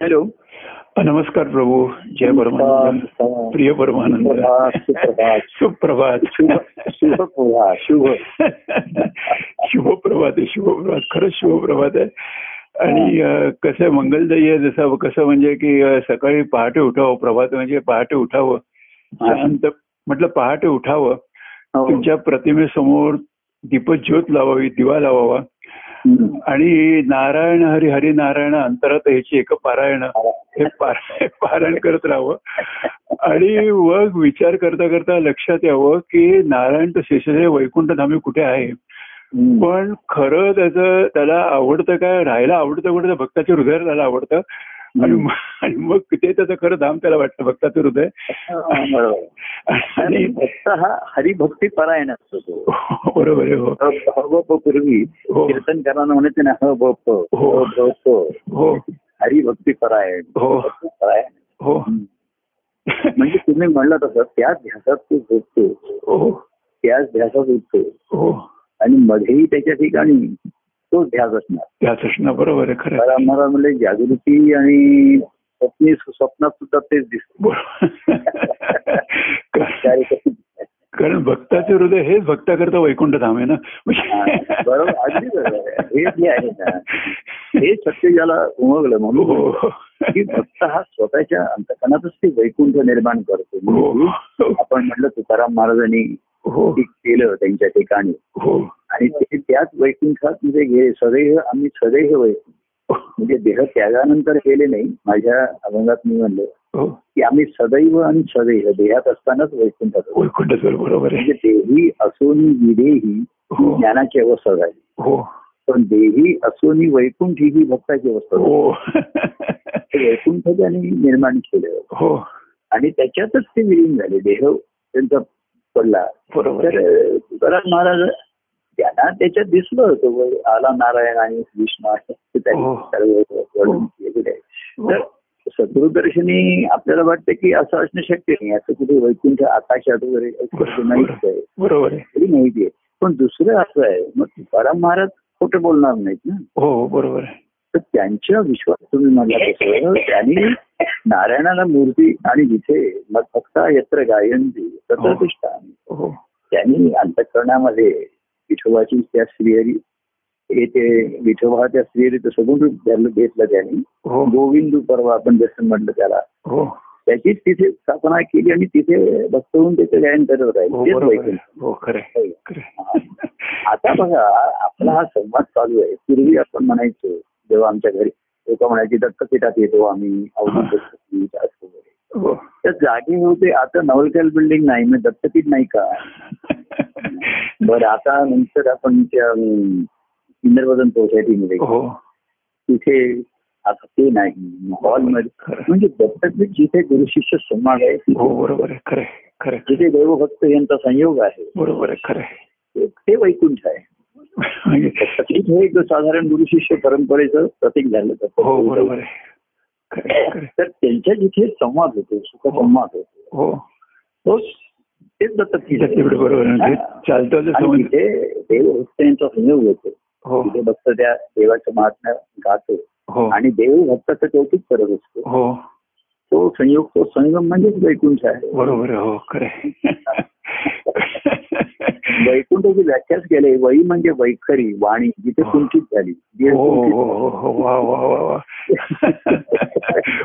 Hello नमस्कार प्रभू जय परमानंद सुप्रभात. प्रिय परमानंद सुप्रभात, सुप्रभात शुभ प्रभात, शुभ शुभप्रभात आहे शुभप्रभात खरंच शुभप्रभात आहे आणि अं, कसं आहे, मंगलदायी आहे जसं कसं म्हणजे की अं, सकाळी पहाटे उठावं प्रभात म्हणजे पहाटे उठावं शांत म्हटलं पहाटे उठावं हो. तुमच्या प्रतिमेसमोर दीपज्योत लावावी दिवा लावावा हम्म. आणि नारायण हरी हरी नारायण अंतरात ह्याची एक पारायण हे पार- पारायण करत राहावं आणि मग विचार करता करता लक्षात यावं की नारायण तर शेषाचे वैकुंठ धामी कुठे आहे हम्म. पण खरं त्याचं त्याला आवडतं काय राहायला आवडतं कुठे तर भक्ताच्या हृदयाला त्याला आवडतं आणि मग- आणि मग ते त्याचं खरं धाम त्याला वाटतं भक्ताचं हृदय बरोबर आणि आणि भक्त हा हरिभक्ती परायण असतो तो बरोबर आहे हो ह- हबप पूर्वी हो. कीर्तनकारांना म्हणायचे ना ह बप हो. हो हरिभक्ती परायण हो. परायण हो म्हणजे तुम्ही म्हणलं तसं त्या ध्यासात तू झोपतो हो त्याच ध्यासात उठतो हो आणि मध्येही त्याच्या ठिकाणी तो ध्यास असणार त्याच असणं बरोबर आहे खरं आहे. मला मला म्हणजे जागृती आणि स्वप्नी स्वप्नात सुद्धा तेच दिसत बरोबर. कारण भक्ताचे हृदय हेच भक्ताकरता वैकुंठ धाम आहे ना म्हणजे- बरोबर अगदी बरोबर आहे. हे जे आहे ना हे सत्य ज्याला उमगलं म्हणून हो हो की भक्त हा स्वतःच्या अंतकणातच ते वैकुंठ निर्माण करतो म्हणून आपण म्हटलं तुकाराम महाराजांनी हो ते केलं त्यांच्या ठिकाणी हो आणि ते त्याच वैकुंठात म्हणजे गे सदैव आम्ही सदैव वैकुंठ हो, म्हणजे देह त्यागानंतर केले नाही माझ्या अभंगात मी म्हणलं हो की आम्ही सदैव आणि सदैव देहात असतानाच वैकुंठात आहोत. वैकुंठ स्वर बरोबर म्हणजे आहे देही असून विधेही ही हो ज्ञानाची अवस्था झाली हो पण देही असून वैकुंठ ही भक्ताची अवस्था झाली हो ते वैकुंठ त्यांनी निर्माण केलं हो आणि त्याच्यातच ते विलीन झाले देह त्यांचा पडला बरोबर तर आहे. अं, तुकाराम महाराज त्यांना त्याच्यात दिसलं होतं वर आला नारायण आणि विष्णू आहे ते त्यांनी हो. सर्व वर्णन केलेलं आहे तर सद्गुरुदर्शनी आपल्याला वाटतं की असं असणं शक्य नाही असं कुठे वैकुंठ आकाशात वगैरे असं कुठे नाहीच आहे बरोबर आहे तरी माहिती आहे पण दुसरं असं आहे मग तुकाराम महाराज खोटं बोलणार नाहीत ना हो हो बरोबर आहे तर त्यांच्या विश्वास तुम्ही म्हणला तसं त्यांनी नारायणाला मूर्ती आणि जिथे मग फक्त यत्र गायंती तत्र हो. तिष्ठामि. हो त्यांनी अंतकरणामध्ये विठोबाची त्या स्त्रीहरी येते विठोबा त्या स्त्रीहरीचं सगुण रूप धरलं- घेतलं त्यांनी हो गोविंदू पर्व आपण जसं म्हटलं त्याला हो त्याचीच तिथे स्थापना केली आणि तिथे भक्त होऊन त्याचं गायन करत हो राहील तेच बरोबर आहे. वैकुंठ. हो खरं आहे, हो. खरं आहे. आता बघा आपला हा संवाद चालू आहे पूर्वी आपण म्हणायचो जेव्हा आमच्या घरी लोक म्हणायची दत्तपीठात येतो आम्ही अवधूत दत्तपीठ असतो वगैरे. हो तर जागे होते आता नवलकल बिल्डिंग नाही मग दत्तपीठ नाही का बरं आता नंतर आपण त्या अं, इंद्रवदन सोसायटीमध्ये हो तिथे आता ते नाही हॉलमध्ये म्हणजे दत्तपीठ जिथे गुरुशिष्य संवाद आहे हो बरोबर आहे खरं आहे, खरं आहे. जिथे देवभक्त यांचा संयोग आहे बरोबर आहे खरं आहे. ते- ते वैकुंठ आहे म्हणजे दत्तपीठ हे एक साधारण गुरुशिष्य परंपरेचं प्रतीक झालं हो दत्तपीठ. बरोबर आहे खरं आहे, खरं आहे. तर त्यांच्या जिथे संवाद होतो सुखसंवाद होतो हो तो तेच दत्तपीठ आहे. दत्तपीठ बरोबर आहे. हा. ते चालतं ते आणि समज तिथे देवभक्त यांचा संयोग होतो हो तिथे भक्त त्या देवाचं महात्म्य गातो हो आणि देव भक्ताचं कौतुक करत असतो हो तो संयोग तो संगम म्हणजेच वैकुंठ आहे बरोबर आहे हो खरं आहे. वैकुंठाची व्याख्याच केले वै म्हणजे वैखरी वाणी जिथे हो. कुंठित झाली जी हो कुंठित हो हो हो वा वा वा वा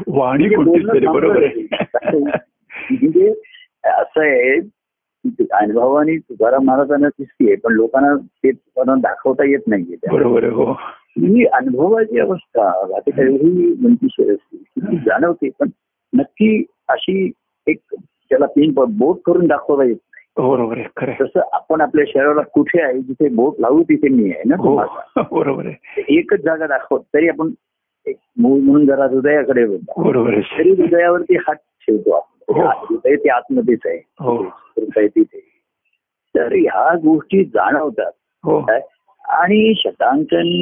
वाणी म्हणजे कोणतीच बोलणं तरी थांबलं बरोबर नाही. आहे म्हणजे असं आहे की अनुभवाने तुकाराम महाराजांना दिसतीये पण लोकांना ते त्यांना दाखवता येत नाहीये त्या. बरोबर आहे हो ही अनुभवाची अवस्था वाटेत एवढी गमतीशीर असते की ती म्हणजे जाणवते पण नक्की अशी एक त्याला पिन बोट करून दाखवता येत नाही. बरोबर आहे खरं आहे. तसं आपण आपल्या शरीराला कुठे आहे जिथे बोट लावू तिथे मी आहे ना हो तुम्हाला. बरोबर आहे एकच जागा दाखवत तरी आपण एक मूळ म्हणून जरा हृदयाकडे बोलतो बरोबर आहे शरीर हृदयावरती हात ठेवतो आपण हो. हृदय ते आतमध्येच आहे हो हृदय तिथे तर ह्या गोष्टी जाणवतात हो काय? आणि शतांकन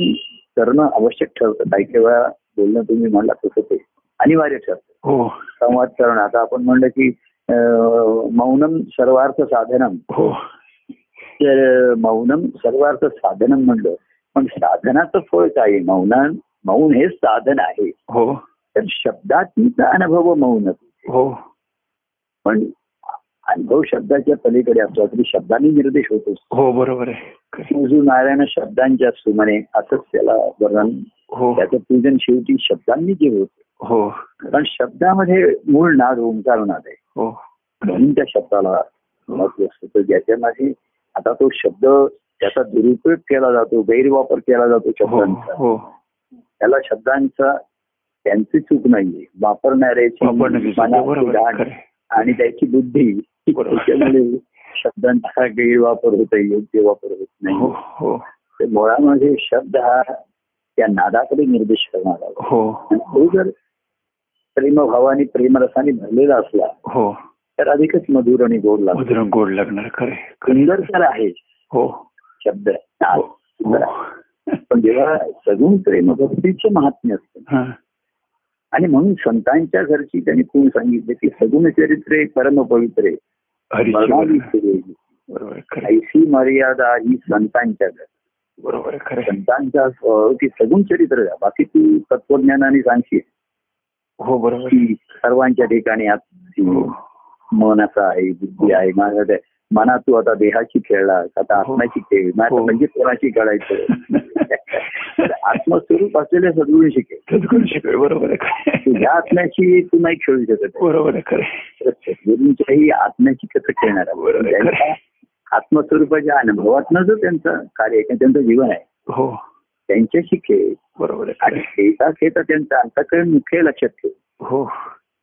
करणं आवश्यक ठरतं काही काही वेळा बोलणं तुम्ही म्हणला तसं ते अनिवार्य ठरतं हो संवाद करणं आता आपण म्हणलं की अं, मौनम सर्वार्थ साधनम हो तर मौनम सर्वार्थ साधनम म्हणलं पण साधनाचं फळ काय आहे? मौनान मौन हे साधन आहे हो तर तर शब्दातीत अनुभव मौन हो पण अनुभव शब्दाच्या पलीकडे असला तरी शब्दाने निर्देश होतो हो बरोबर आहे खरं. शिवजू नारायण शब्दांच्या सुमने असंच त्याला वर्णन हो त्याचं पूजन शेवटी शब्दांनी जे होतं हो कारण शब्दामध्ये मूळ नाद ओंकार नाद आहे हो म्हणून त्या शब्दाला महत्व असतं तर ज्याच्यामध्ये आता तो शब्द त्याचा दुरुपयोग केला जातो गैरवापर केला जातो हो शब्दांचा हो त्याला शब्दांचा त्यांची चूक नाहीये वापरणाऱ्याची आपण मनाची बरोबर आहे, गाठ खरं आहे. आणि त्याची बुद्धी बरोबर. त्याच्यामुळे शब्दांचा गैरवापर होत आहे योग्य वापर होत हो नाही हो तर मुळामध्ये शब्द हा त्या नादाकडे निर्देश करणार आहोत हो आणि तो जर प्रेमभावाने प्रेमरसाने भरलेला असला हो तर अधिकच मधुर आणि गोड लागतो मधुरम गोड लागणार खरे सुंदर तर आहे हो शब्द नाद हो सुंदर आहे. पण जेव्हा सगून प्रेमभक्तीचं महात्म्य असतं हा. आणि म्हणून संतांच्या घरची त्यांनी कोण सांगितले की सगुण चरित्रे परम पवित्रे हरीची वर्णाली वर्णन. सुरेली. बरोबर आहे, खरं आहे. ऐसी मर्यादा ही संतांच्या घर बरोबर आहे, खरं आहे. संतांचा अं, की सगुण चरित्र आहे. बाकी तू तत्वज्ञानाने सांगशील हो बरोबर आहे. की सर्वांच्या ठिकाणी आत- हो मन असं आहे बुद्धी आहे माझं मना तू आता देहाशी खेळला आता हो. आत्म्याची खेळ मग आता हो. म्हणजे कोणाशी खेळायचं तर आत्मस्वरूप असलेल्या सद्गुण शिकेल सद्गुण शिकवे बरोबर आहे खरं आहे. तुझ्या आत्म्याशी तू नाही खेळू शकत आहे. बरोबर आहे खरं आहे. तर सद्गुरूंच्याही आत्म्याची कसं खेळणार आहे? बरोबर आहे, खरं त्यांच्या आहे. आत्मस्वरूपाच्या अनुभवातनं जो त्यांचं कार्य आहे किंवा त्यांचं जीवन आहे हो त्यांच्याशी खेळ बरोबर आहे खरं आणि आहे. खेळता खेळता त्यांचा अंतकरण मुख्य लक्षात ठेव हो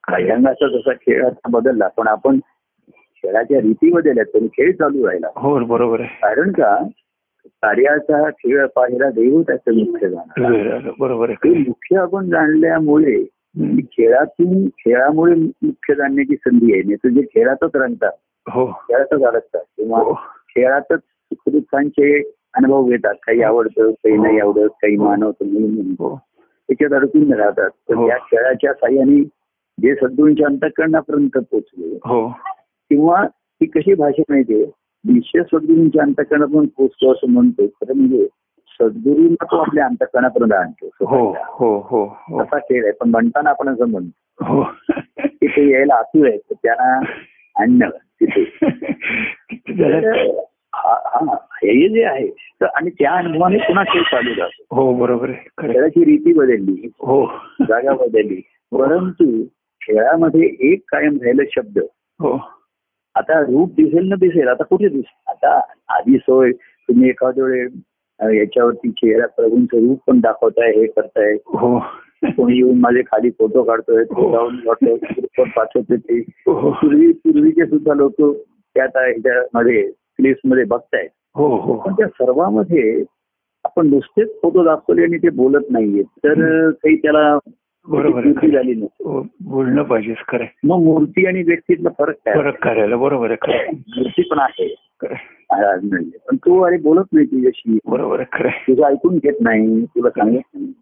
अभ्यंगाचा जसा खेळ आता बदलला पण आपण खेळाच्या रीती बदलल्या तरी खेळ चालू राहिला हो बरोबर आहे कारण का कार्याचा खेळ पाहिला देव त्याचं मुख्य जाणार बरोबर आहे हे खरं आहे. मुख्य आपण जाणल्यामुळे हम्म. खेळातून खेळामुळे मुख्य जाणण्याची संधी आहे नाही तर जे खेळातच रंगतात हो खेळातच अडकतात किंवा हो खेळातच सुखदुःखांचे अनुभव घेतात काही आवडतं काही नाही आवडत काही मानवत म्हणून हो त्याच्यात अडकून राहतात तर हो. त्या खेळाच्या साह्याने जे सद्गुरूंच्या अंतकरणापर्यंत पोहोचले हो किंवा ती कशी भाषा माहितीये निश्चय सद्गुरूंच्या अंतकरणापर्यंत पोहोचतो असं म्हणतो खरं म्हणजे सद्गुरूंना तो आपल्या अंतकरणापर्यंत आणतो हो स्वतःच्या. हो हो हो असा खेळ आहे पण म्हणताना आपण असं म्हणतो हो की ते यायला आतुर आहेत तर त्यांना आणणं तिथे त्याला- तर हा- हा, हे जे आहे तर आणि त्या अनुभवाने पुन्हा खेळ चालू राहतो हो बरोबर आहे खरं आहे. खेळाची रीती बदलली हो जागा बदलली परंतु खेळामध्ये एक कायम राहिलं शब्द हो आता रूप दिसेल ना दिसेल आता कुठे दिसेल आता आधी सोय तुम्ही एखाद्या वेळ अं, याच्यावरती चेहरा प्रभूंचं रूप पण दाखवताय हे करताय हो कोणी येऊन माझे खाली फोटो काढतोय हो. जाऊन व्हॉट्सअप पाठवते ते हो पूर्वी पूर्वीचे सुद्धा लोक त्या आता ह्याच्यामध्ये क्लिप्स मध्ये बघतायत हो हो पण त्या सर्वांमध्ये आपण नुसतेच फोटो दाखवले आणि ते बोलत नाहीये तर काही त्याला बरोबर आहे, कृती झाली नसते हो, बोलणं पाहिजेच खरं आहे. मग मूर्ती आणि व्यक्तीतला फरक काय फरक करायला बरोबर आहे खरं आहे. मूर्ती पण आहे खरं आहे. महाराज म्हणजे पण तू अरे बोलत नाही तुझ्याशी बरोबर आहे खरं आहे. तुझं ऐकून घेत नाही तुला सांगत नाही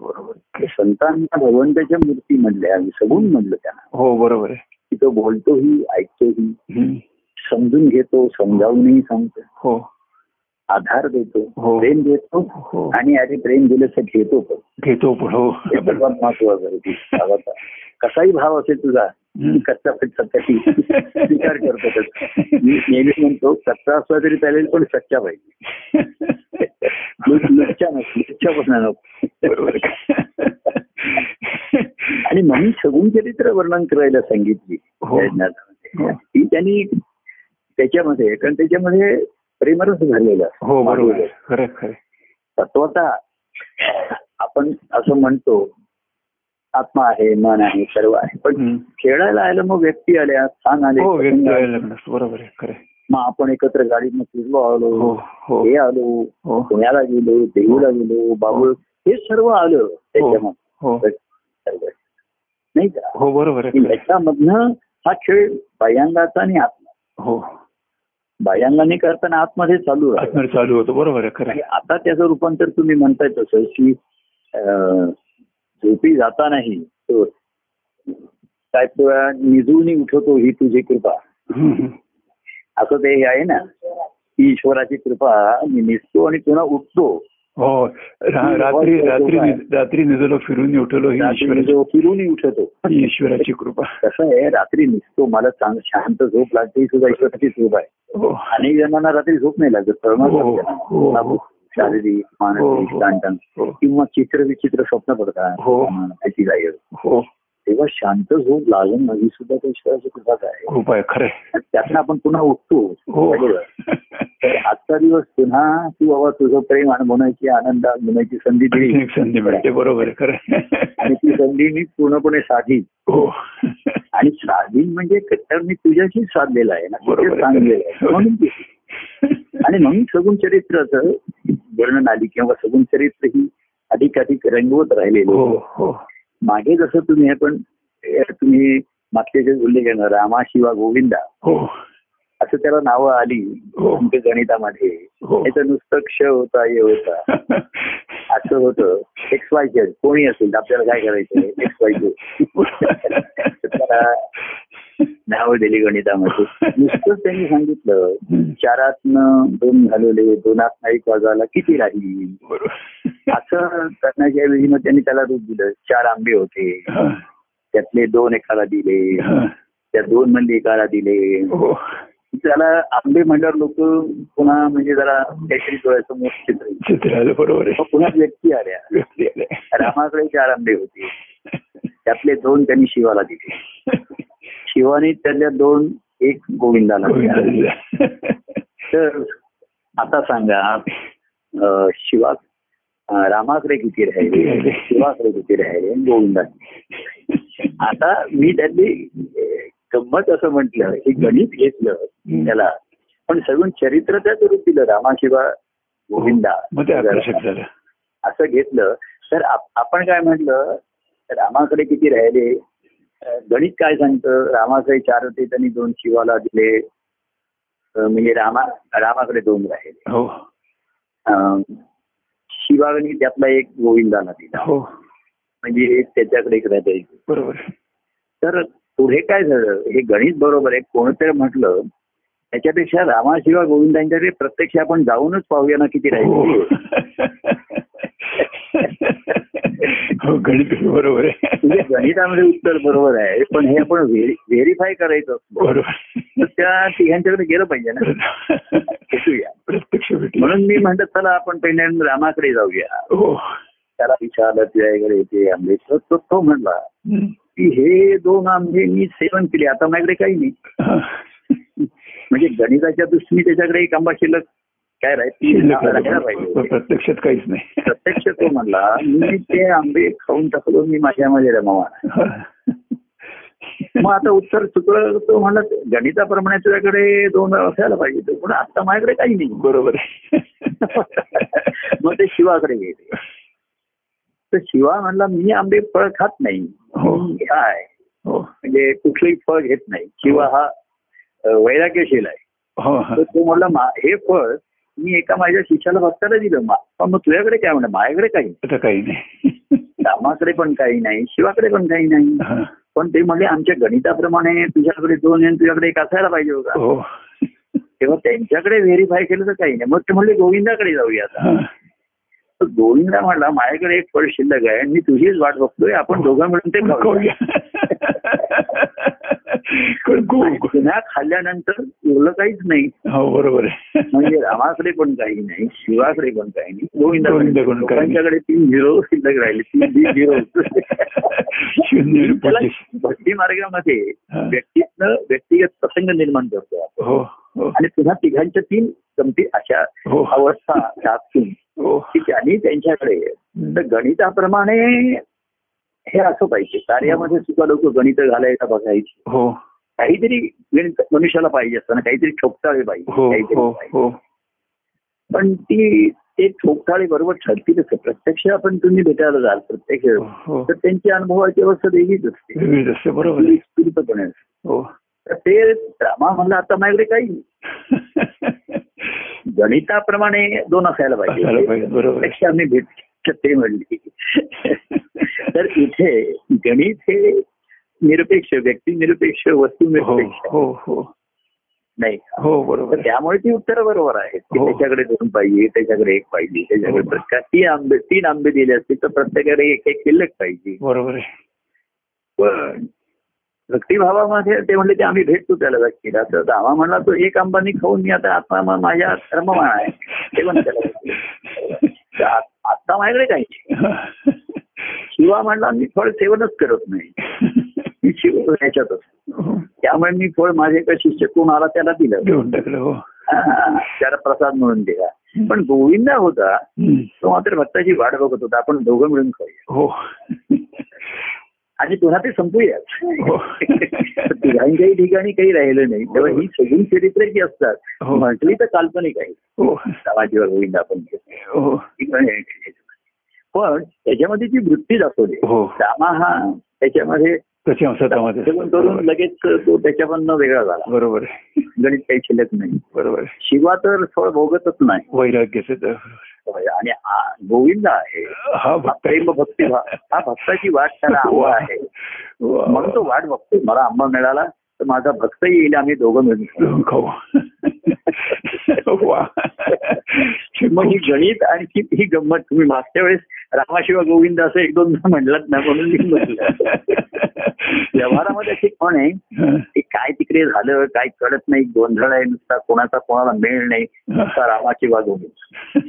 बरोबर आहे. ते संतांना भगवंताच्या मूर्ती म्हणल्या सगून म्हणलं त्यांना हो बरोबर आहे की तो बोलतोही ऐकतोही हम्म. समजून घेतो समजावूनही सांगतो हो आधार देतो हो. प्रेम देतो हो आणि अरे प्रेम दिलं घेतो पण घेतो पण हो हे सर्वात महत्वाचं आहे की भावाचा. कसाही भाव असेल तुझा हम्म. कच्चा पण सत्याशी स्वीकार करतो त्याचा. मी नेहमी म्हणतो कच्चा असला तरी चालेल पण सच्चा पाहिजे बरोबर लच्चा नसली लच्चापासून नको आहे. आणि म्हणून सगुण चरित्र वर्णन करायला सांगितली हो. त्या हो. ज्ञानामध्ये. ती त्यांनी त्याच्यामध्ये कारण त्याच्यामध्ये प्रेमरस भरलेला असतो. हो बरोबर आहे. खरं आहे, खरं आहे. तत्वतः आपण असं म्हणतो आत्मा आहे मन आहे सर्व आहे पण हम्म. खेळायला आलं मग व्यक्ती आल्या स्थान आले हो व्यक्त प्रसंग आले. व्हायला लागणार बरोबर आहे खरं आहे. मग आपण एकत्र गाडीनं फिरलो हो आलो हो हे आलो हो पुण्याला गेलो देऊला गेलो बाबूळ हे सर्व आलं त्याच्यामध्ये हो सर्व. नाही का हो बरोबर आहे की खरं आहे. याच्यामधनं हा खेळ बाह्यांगाचा आणि आत्मा हो बाह्यांगाने करताना आतमध्ये चालू राहतो आतमध्ये चालू होतो बरोबर आहे खरं आणि आहे. आता त्याचं रूपांतर तुम्ही म्हणताय तसं की अं, झोपी जातानाही तो काय तो निजूनी उठवतो ही तुझी कृपा हम्म, हम्म. असं ते हे आहे ना की ईश्वराची कृपा मी निसतो आणि पुन्हा उठतो हो रा- हो, रात्री रात्री निज- रात्री निजलो फिरून उठलो ही रात्री ईश्वराची जो फिरूनही उठतो ही ईश्वराची कृपा कसं आहे रात्री निघतो मला चांग शांत झोप लागते ही सुद्धा ईश्वराची झोप आहे हो अनेक जणांना रात्री झोप नाही लागत हो, हो, हो. प्रमाण शारीरिक मानसिक हो. ताणतण हो. किंवा चित्र विचित्र स्वप्न पडतात हो. त्याची जाईल हो तेव्हा शांत झोप लागणं ही सुद्धा त्या ईश्वराची कृपाच आहे खूप आहे खरंय आणि त्यातनं आपण पुन्हा उठतो हो बरोबर. तर आजचा दिवस पुन्हा तू बाबा तुझं प्रेम अनुभवण्याची आनंद अनुभवण्याची संधी आणखी दिली एक संधी मिळते बरोबर आहे आणि ती खरं संधी मी पूर्णपणे साधी हो आणि साधी म्हणजे क- तर मी तुझ्याशी साधलेला आहे ना बरोबर तुझ्याच आहे. सांगलेलं आहे म्हणून ती- आणि म्हणून सगुण चरित्राचं वर्णन आली किंवा सगुण चरित्र ही अधिकाधिक रंगवत हो राहिलेलं हो मागे जसं तुम्ही हे पण हे तुम्ही मागचे जे उल्लेख आहे ना, रामा शिवा गोविंदा हो असं त्याला नावं आली हो. आमच्या गणितामध्ये हो त्याचं नुसतं क्ष होता हे होता असं होतं एक्स वाय झेड कोणी असेल तर आपल्याला काय करायचं एक्स वाय झेड नाव दिली गणितामध्ये नुसतंच त्यांनी सांगितलं चारातनं दोन घालवले दोनात एक वाजवायला किती राहील बरोबर असं करण्याच्या ऐवजी मग त्यांनी त्याला रूप दिलं चार आंबे होते हा, त्यातले दोन एकाला दिले हा. त्या दोन म्हणजे एकाला दिले हो त्याला आंबे म्हणल्यावर लोक पुन्हा म्हणजे जरा काहीतरी डोळ्यासमोर चित्र येईल. चित्र आलं बरोबर मग आहे पुन्हा व्यक्ती आल्या व्यक्ती आले रामाकडे चार आंबे होते त्यातले दोन त्यांनी शिवाला दिले शिवाने त्यातल्या दोन एक गोविंदाला दिला. तर आता सांगा अं, शिवा अं, रामाकडे किती किती राहिले राहिले? शिवाकडे किती राहिले गोविंदा आता मी त्यांनी अं, गंमत असं म्हटलं हे गणित घेतलं त्याला पण सगळं चरित्र त्याच रूप दिलं रामा शिवा गोविंदा हो, मग ते आकर्षक झालं असं घेतलं तर आप- आपण काय म्हटलं रामाकडे किती राहिले अं, गणित काय सांगतं रामाकडे चार होते त्यांनी दोन शिवाला दिले अं, म्हणजे रामा रामाकडे दोन राहिले हो अं, शिवाने त्यातला एक गोविंदाला दिला हो म्हणजे त्याच्याकडे एक राहता येईल बरोबर तर पुढे काय झालं हे गणित बरोबर आहे कोणतरी म्हटलं त्याच्यापेक्षा रामाशिवा गोविंदांच्याकडे प्रत्यक्ष आपण जाऊनच पाहूया ना किती हो राहिले हो गणित बरोबर म्हणजे आहे गणितामध्ये उत्तर बरोबर आहे पण हे आपण व्हेरीफाय करायचं असतं तर बरोबर त्या तिघांच्याकडे गेलं पाहिजे ना भेटूया प्रत्यक्ष भेटी म्हणून मी म्हणतो चला आपण पहिल्यांदा रामाकडे जाऊया हो त्याला विचारलं तुझ्याकडे ते आंबे तर तो- तो म्हणला हम्म. की हे दोन आंबे मी सेवन केले आता माझ्याकडे काही नाही हा. म्हणजे गणिताच्या दृष्टीने त्याच्याकडे एक आंबा शिल्लक काय शिल्लक राहायचं राहायला आहे. पाहिजे प्रत्यक्षात काहीच नाही प्रत्यक्ष तो म्हणला मी ते आंबे खाऊन टाकलो मी माझ्यामध्ये रमावा हा. मग आता उत्तर चुकलं तो म्हणला गणिताप्रमाणे तुझ्याकडे दोन असायला पाहिजे होते, पण आता माझ्याकडे काही नाही बरोबर आहे. मग ते शिवाकडे गेले तर शिवा म्हणला मी आंबे फळ खात नाही हो काय हो म्हणजे कुठलंही फळ घेत नाही शिवा हा अ, वैराग्यशील आहे हो तर हा. तो म्हणला मा- हे फळ मी एका माझ्या शिष्याला भक्ताला दिलं मा- पण मग तुझ्याकडे काय म्हणलं माझ्याकडे काही नाही. आता काही नाही रामाकडे पण काही नाही शिवाकडे पण काही नाही हा. पण ते म्हणले आमच्या गणिताप्रमाणे तुझ्याकडे दोन आणि तुझ्याकडे एक असायला पाहिजे होता हो तेव्हा त्यांच्याकडे व्हेरीफाय केलं तर काही नाही मग ते म्हणले गोविंदाकडे जाऊया आता हा. तर गोविंदा म्हणला माझ्याकडे एक फळ शिल्लक आहे आणि मी तुझीच वाट बघतोय आपण दोघं मिळून ते खाऊया." खाऊया. पण गो- आणि पुन्हा खाल्ल्यानंतर उरलं काहीच नाही हो बरोबर आहे म्हणजे रामाकडे पण काही नाही शिवाकडे पण काही नाही गोविंदाकडे गोविंदाकडून काही नाही. लोकांच्याकडे तीन झिरो शिल्लक राहिले तीन झिरो शून्य आणि त्याला पंचवीस. भक्ती मार्गामध्ये हा. व्यक्तीतनं व्यक्तिगत प्रसंग निर्माण करतो आपण. हो हो आणि पुन्हा तिघांच्या तीन गमती अशा हो अवस्था साधून हो की त्यांनी त्यांच्याकडे तर गणिताप्रमाणे हे असं पाहिजे कार्यामध्ये सुद्धा लोक गणित घालायला बघायची हो काहीतरी गणित मनुष्याला पाहिजे असताना काहीतरी ठोकताळे पाहिजे हो काहीतरी हो पाहिजे. हो पण ती ते ठोकताळे बरोबर ठरतीलच आहे. प्रत्यक्ष आपण तुम्ही भेटायला जाल प्रत्यक्ष हो तर त्यांची अनुभवाची अवस्था वेगळीच असते वेगळीच असते बरोबर ती आहे विस्तृतपणे असते. हो तर ते रामा म्हणला आता माझ्याकडे काही नाही. गणिताप्रमाणे दोन असायला असायला पाहिजे पाहिजे बरोबर आहे पेक्षा आम्ही भेट ते म्हणली तर इथे गणित हे निरपेक्ष व्यक्ती निरपेक्ष वस्तू हो निरपेक्ष हो हो नाही हो तर बरोबर त्यामुळे ती उत्तर बरोबर आहेत की हो. त्याच्याकडे दोन पाहिजे त्याच्याकडे एक पाहिजे त्याच्याकडे हो. प्रत्येक तीन आंबे तीन आंबे दिले असतील तर प्रत्येकाकडे एक एक शिल्लक पाहिजे बरोबर आहे पण भक्तिभावामध्ये ते म्हणले ते आम्ही भेटतो त्याला व्यक्तीला तर दावा म्हणला तो एक आंबानी खाऊन मी आता आत्मा मा- माझ्या धर्मवान आहे ते म्हणते त्याला व्यक्ती. तर आ- आत्ता माझ्याकडे काही नाही. शिवा म्हणला मी फळ सेवनच करत नाही मी शिव ह्याच्यातच हो. त्यामुळे मी फळ माझे एका शिष्य कोण आला त्याला दिलं घेऊन टाकलं हो हा, त्याला प्रसाद म्हणून दिला पण गोविंद होता हम्म. तो मात्र भक्ताची वाट बघत होता आपण दोघं मिळून खाऊया हो आणि पुन्हा ते संपूयाच हो. तर तिघांच्याही ठिकाणी काही राहिलं नाही तेव्हा ही सगळी चरित्र जी असतात हो. म्हटली तर काल्पनिक आहे हो समाजीवर गोविंद आपण घेतो. हो पण त्याच्यामध्ये जी वृत्ती दाखवली हो. दामा हा त्याच्यामध्ये तशी अंशातामध्ये सेवन करून लगेच तो त्याच्यामधनं वेगळा झाला बरोबर आहे गणित काही शिल्लक नाही बरोबर आहे शिवा तर फळ भोगतच नाही वैराग्याचं तर आणि आ- गोविंद आहे हा हा भक्त प्रेम भक्ती भा- हा भक्ताची वाट त्याला आंबा आहे वा. म्हणून तो वाट बघतोय मला आंबा मिळाला तर माझा भक्त येईल आम्ही दोघं मिळून खाऊ. जाऊन खाऊ वा मग ही गणित आणि ही- ही गंमत तुम्ही मागच्या वेळेस रामाशिवा गोविंद असं एक दोन म्हणलात ना म्हणून मी म्हटलं व्यवहारामध्ये अशी कोण आहे की काय तिकडे झालं काय कळत नाही गोंधळ आहे नुसता कोणाचा कोणाला मेळ नाही नुसता रामाशिवा गोविंद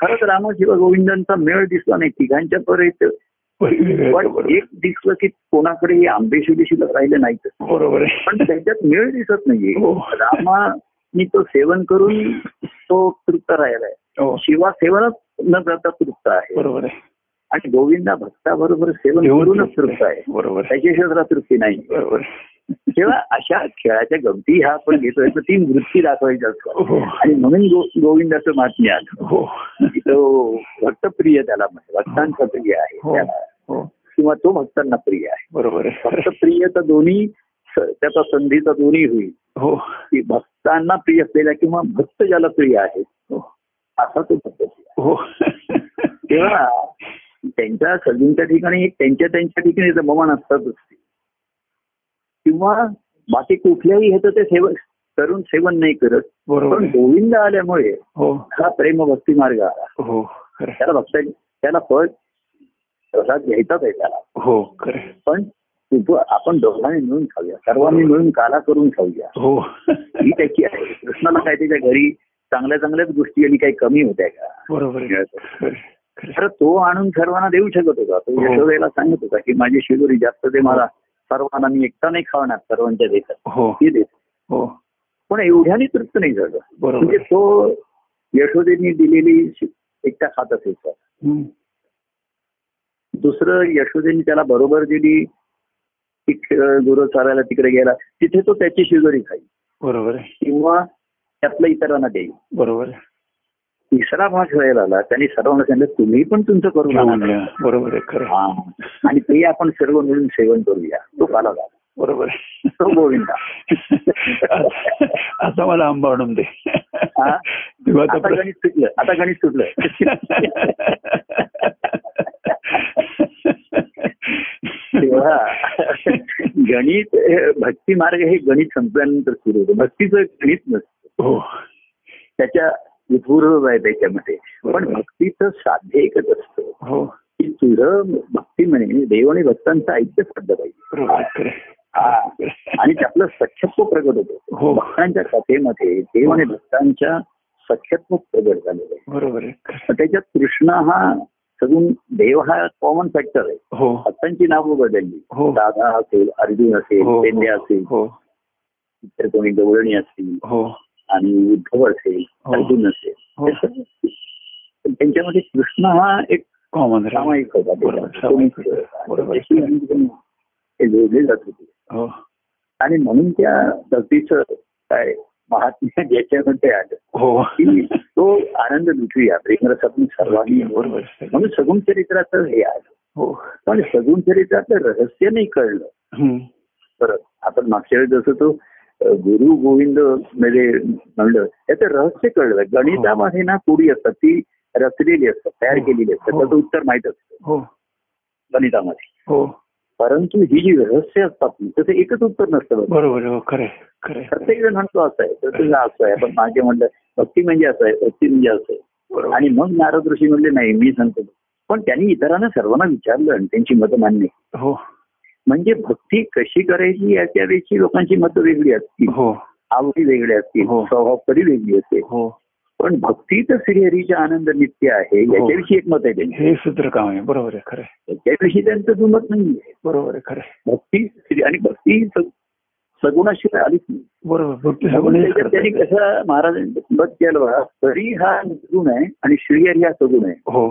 खरंच रामाशिवा गोविंदांचा मेळ दिसला नाही तिघांच्या परत पण बरोबर एक दिसलं की कोणाकडे हे आंबेशिबी शिल्लक राहिलं नाहीत बरोबर आहे पण त्याच्यात मेळ दिसत नाहीये हो. रामानी तो सेवन करून तो तृप्त राहिलाय हो शिवा सेवनच न करता तृप्त आहे बरोबर आहे आणि गोविंदा भक्ताबरोबर सेवन करूनच तृप्त आहे बरोबर आहे त्याच्या क्षेत्रात तृप्ती नाही बरोबर तेव्हा अशा खेळाच्या गमती ह्या आपण घेतोय तर ती वृत्ती दाखवायची असतात हो आणि म्हणून गो- गोविंदाचं महात्म्य आलं हो की तो भक्तप्रिय त्याला म्हणजे भक्तांचा प्रिय आहे हो त्याला हो किंवा तो भक्तांना प्रिय आहे बरोबर आहे भक्तप्रिय तर दोन्ही स- त्याचा संधीचा दोन्ही होईल हो की भक्तांना प्रिय असलेला किंवा भक्त ज्याला प्रिय आहे हो असा तो भक्त प्रिय. हो तेव्हा त्यांच्या सगळींच्या ठिकाणी एक त्यांच्या त्यांच्या ठिकाणी रममाण असतातच ते. किंवा बाकी कुठल्याही ह्याचं ते सेवन करून सेवन नाही करत बरोबर पण आहे. गोविंद आल्यामुळे हो हा प्रेम भक्ती मार्ग आला हो खरं आहे. त्याला भक्त त्याला फळ प्रसाद घ्यायचाच आहे त्याला हो खरं आहे. पण उप- आपण दोघांनी मिळून खाऊया सर्वांनी मिळून काला करून खाऊया हो ही त्याची आहे कृष्णाला काय त्याच्या घरी चांगल्या चांगल्याच गोष्टी आणि काही कमी होत्या का बरोबर आहे खरं आहे. खरं आहे. तर तो आणून सर्वांना देऊ शकत होता तो हो. यशोदेला सांगत होता की माझी शिदोरी जास्त दे मला सर्वांना मी एकटा नाही खावणार सर्वांच्या देतात हो ती देत हो पण एवढ्याने तृप्त नाही झालं बरोबर. म्हणजे तो यशोदेनी दिलेली शि- एकटा खात असायचा हम्म. दुसरं यशोदेनी त्याला बरोबर दिली ती ख- गुरु चालायला तिकडे गेला तिथे तो त्याची शिजोरी खाई बरोबर आहे किंवा त्यातलं इतरांना देईल बरोबर आहे तिसरा भाग वेळेला आला त्यांनी सर्वांना सांगितलं तुम्ही पण तुमचं करून घेऊन आणा. या. बरोबर आहे खरं आहे. हा. आणि ते आपण सर्व मिळून सेवन करूया तो काला झाला बरोबर आहे तो गोविंदा आता मला आंबा आणून दे हा? तू आता आता प्र- गणित सुटलं आता गणित सुटलं तेव्हा गणित हे भक्ती मार्ग हे गणित संपल्यानंतर सुरू होतं भक्तीचं गणित नसतं हो त्याच्या उद्भूर्व आहे त्याच्यामध्ये पण भक्तीचं साध्य एकच असतं हो की तुझं भक्ती म्हणे देव आणि भक्तांचं ऐक्य साधलं पाहिजे बरोबर आहे, खरं आहे. हा. आणि त्यातलं सख्यत्व प्रगट होतं हो भक्तांच्या कथेमध्ये देव आणि भक्तांच्या सख्यत्व प्रगट झालेलं आहे बरोबर आहे खरं मग त्याच्यात कृष्ण हा सगून देव हा कॉमन फॅक्टर आहे आहे. हो भक्तांची नावं बदलली हो. दादा असेल अर्जुन असेल हो पेंड्या असेल हो तर कोणी गवळणी असतील हो आणि उद्धव असेल हो. अर्जुन असेल हो पण त्यांच्यामध्ये कृष्ण हा एक कॉमन सामायिक होता बरोबर, सामायिक होता. बरोबर. त्याच्याशी ते जोडले जात होते हो आणि म्हणून त्या धर्तीचं काय महात्म्य ज्याच्यामध्ये आलं हो की तो आनंद लुटूया प्रेमरसातून सर्वांनी बरोबर आहे. म्हणून सगुण चरित्राचं हे आलं हो पण सगुण चरित्राचं रहस्य नाही कळलं हम्म. परत आपण मागच्या वेळेस जसं तो अ, गुरु गोविंद मध्ये म्हणलं त्याचं रहस्य कळलं गणितामध्ये ना कोडी असतात ती रचलेली असतात तयार केलेली असतात हो. त्याचं उत्तर माहित असतं हो गणितामध्ये हो परंतु ही जी रहस्य असतात ना, त्याचं एकच उत्तर नसतं बघ. बरोबर आहे, हो, खरं आहे, खरं आहे. प्रत्येक जण म्हणतो असं आहे तर तुझा असं आहे पण माझे म्हणलं भक्ती म्हणजे असं आहे भक्ती म्हणजे असं आहे बरोबर. आणि मग नारद ऋषी म्हणले नाही मी सांगतो पण त्यांनी इतरांना सर्वांना विचारलं आणि त्यांची मतं मान्य केली. हो म्हणजे भक्ती कशी करायची याच्यापेक्षा लोकांची मतं वेगळी असतील हो आवडी वेगळ्या असतील हो. स्वभाव तरी वेगळी असते हो पण भक्ती तर श्रीहरीचा आनंद नित्य आहे हो. याच्याविषयी एक मत आहे त्यांचे हे सूत्र काम आहे बरोबर आहे खरं आहे, याच्याविषयी त्यांचं दुमत नाही आहे बरोबर आहे खरं आहे. भक्ती श्री- आणि भक्ती ही सग- सगुणाशिवाय आलीच नाही बरोबर भक्ती म्हणून सगुण त्याच्यात त्यांनी कसं महाराजांनी मत केलं बघा, हरी हा निर्गुण आहे आणि श्रीहरी हा सगुण आहे हो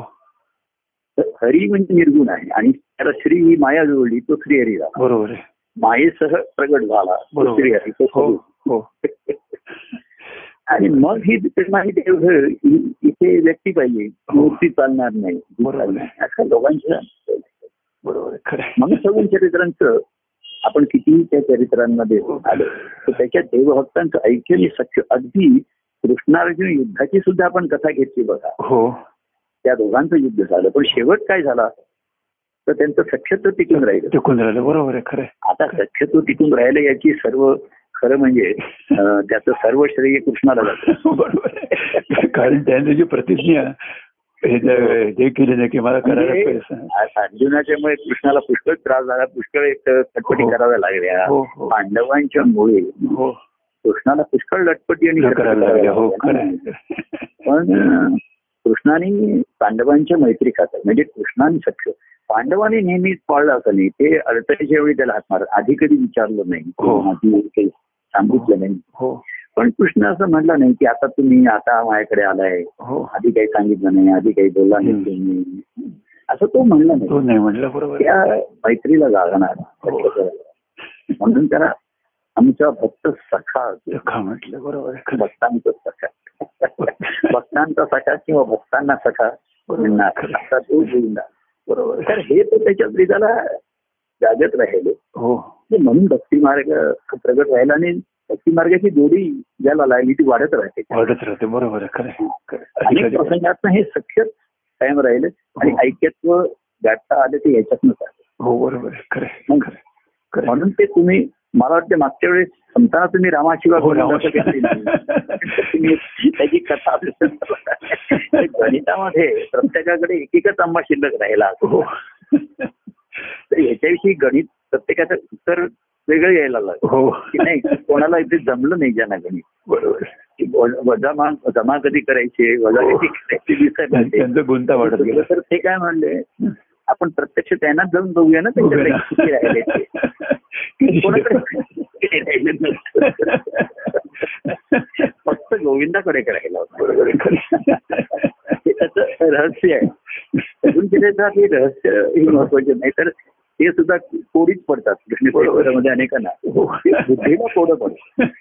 तर हरी म्हणजे निर्गुण आहे आणि त्याला श्री ही माया जोडली तो श्रीहरी झाला बरोबर आहे मायेसह प्रगट झाला तो हो. बरोबर. श्रीहरी तो हो सगुण. हो आणि मग ही प्रेरणा ही देव इ- इथे व्यक्ती पाहिजे मूर्ती चालणार नाही हो. बरोबर. चालणार नाही. असं लोकांच्या बरोबर आहे खरं आहे. मग सगून चरित्रांचं आपण कितीही त्या चरित्रांमध्ये हो. आलो तर त्याच्यात देवभक्तांचं ऐक्य आणि सख्य अगदी कृष्णार्जुन युद्धाची सुद्धा आपण कथा घेतली बघा हो त्या दोघांचं युद्ध झालं पण शेवट काय झाला तर त्यांचं सख्यत्व टिकून राहिलं टिकून राहिलं बरोबर आहे खरं आहे. आता सख्यत्व टिकून राहिलं याची सर्व खरं म्हणजे अं, त्याचं सर्व श्रेय कृष्णाला जातं बरोबर आहे. कारण त्याने जी प्रतिज्ञा हे जे- हे केली ना की मला करायला म्हणजे पाहिजे अर्जुनाच्यामुळे कृष्णाला पुष्कळ त्रास झाला पुष्कळ एक कटपटी हो. कराव्या लागल्या हो, हो. पांडवांच्या मुळे हो कृष्णाला पुष्कळ लटपटी आणि न कटपटी करायला लागल्या हो खरं लागल्या. आहे. पण अं, कृष्णाने पांडवांच्या मैत्री खातात म्हणजे कृष्णाने सख्य पांडवाने नेहमीच पाळलं असं नाही ते अडचणीच्या वेळी त्याला हात मार आधी कधी विचारलं नाही हो. आधी काही सांगितलं नाही हो पण कृष्ण असं म्हणला नाही की आता तुम्ही आता माझ्याकडे आलाय हो आधी काही सांगितलं नाही आधी काही बोलला नाही हम्म. हो. तुम्ही. असं तो म्हणला नाही तो नाही म्हटलं बरोबर आहे. त्या मैत्रीला जागणार हो. म्हणून त्याला आमचा भक्त सखा खा म्हटलं बरोबर आहे खरं आहे. भक्तांचा सखा भक्तांचा सखा किंवा भक्तांना सखा म्हणणार. असा तो गोविंदा बरोबर आहे. तर हे तर त्याच्या ब्रिदाला जागत राहिले हो ते म्हणून भक्ती मार्ग प्रगट राहिला आणि भक्ती मार्गाची जोडी ज्याला लागली ती वाढत राहते वाढत राहते बरोबर आहे खरं आहे. खरं आहे. अनेक अधिकारी- प्रसंगात हे सख्य कायम राहिलं आणि हो. ऐक्यत्व गाठता आलं ते याच्यातनंच आलं हो बरोबर आहे खरं आहे. मग खरं आहे. खरं आहे. म्हणून ते तुम्ही मला वाटते मागच्या वेळेस संपताना तुम्ही रामाशिवाय हो, बोलला रामाशिवाय. असं काही नाही. तुम्ही त्याची कथा आपल्याला- गणितामध्ये प्रत्येकाकडे एकेकच आंबा शिल्लक राहिला असतो. हो तर याच्याविषयी गणित प्रत्येकाचं उत्तर वेगळं यायला लागलं हो की नाही कोणाला इथे जमलं नाही ज्यांना गणित बरोबर आहे. की वजा- वजा मान जमा कधी करायची वजा कधी करायची दिसत त्यां- हो. नाही त्यांचा गुंता वाढत गेला तर ते काय म्हणले आपण प्रत्यक्ष त्यांना जाऊन बघूया ना हो त्यांच्याकडे किती राहिले ते. कोणाकडे किती राहिले नसतं. फक्त गोविंदाकडे करायला बरोबर आहे, खरं आहे. हे त्याचं रहस्य आहे अजून केल्याचं हे रहस्य हे महत्वाचे नाही तर ते सुद्धा कोडीच पडतात कृष्णमध्ये अनेकांना हो. बुद्धीला कोडं पडतात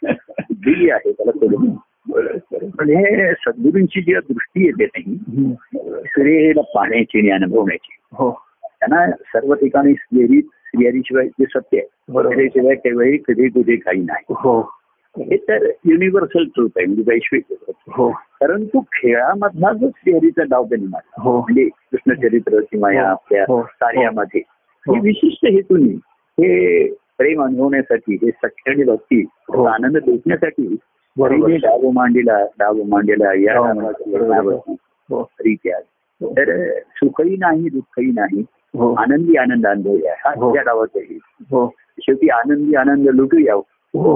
बुद्धी जी आहे त्याला कोडं पडतात. बरोबर आहे, खरं आहे. पण हे सद्गुरूंची जी दृष्टी येते नाही हम्म. श्रेयला पाहण्याची आणि अनुभवण्याची हो त्यांना सर्व ठिकाणी स्त्रियरी स्त्रियरीशिवाय जे सत्य आहे बरोबर. स्त्रियरीशिवाय केव्हाही कधी कुठे काही नाही हो हे तर युनिव्हर्सल ट्रूथ आहे म्हणजे वैश्विक truth. हो परंतु खेळामधला जो स्त्रियरीचा डाव त्यांनी मारला हो म्हणजे कृष्णचरित्र किंवा या हो, आपल्या हो, कार्यामध्ये हो. हे विशिष्ट हेतूने हे प्रेम अनुभवण्यासाठी हे सख्य आणि भक्ती हो. आनंद लुटण्यासाठी बरोबर. हो, डाबू मांडीला डाबू मांडीला या डाव नावाची मांडीला. नावाची हो रीती आहे. तर सुखही नाही दुःखही नाही हो आनंदी आनंद अनुभवूया हा हो. त्या डावाचा हेतू. हो शेवटी आनंदी आनंद लुटूया हो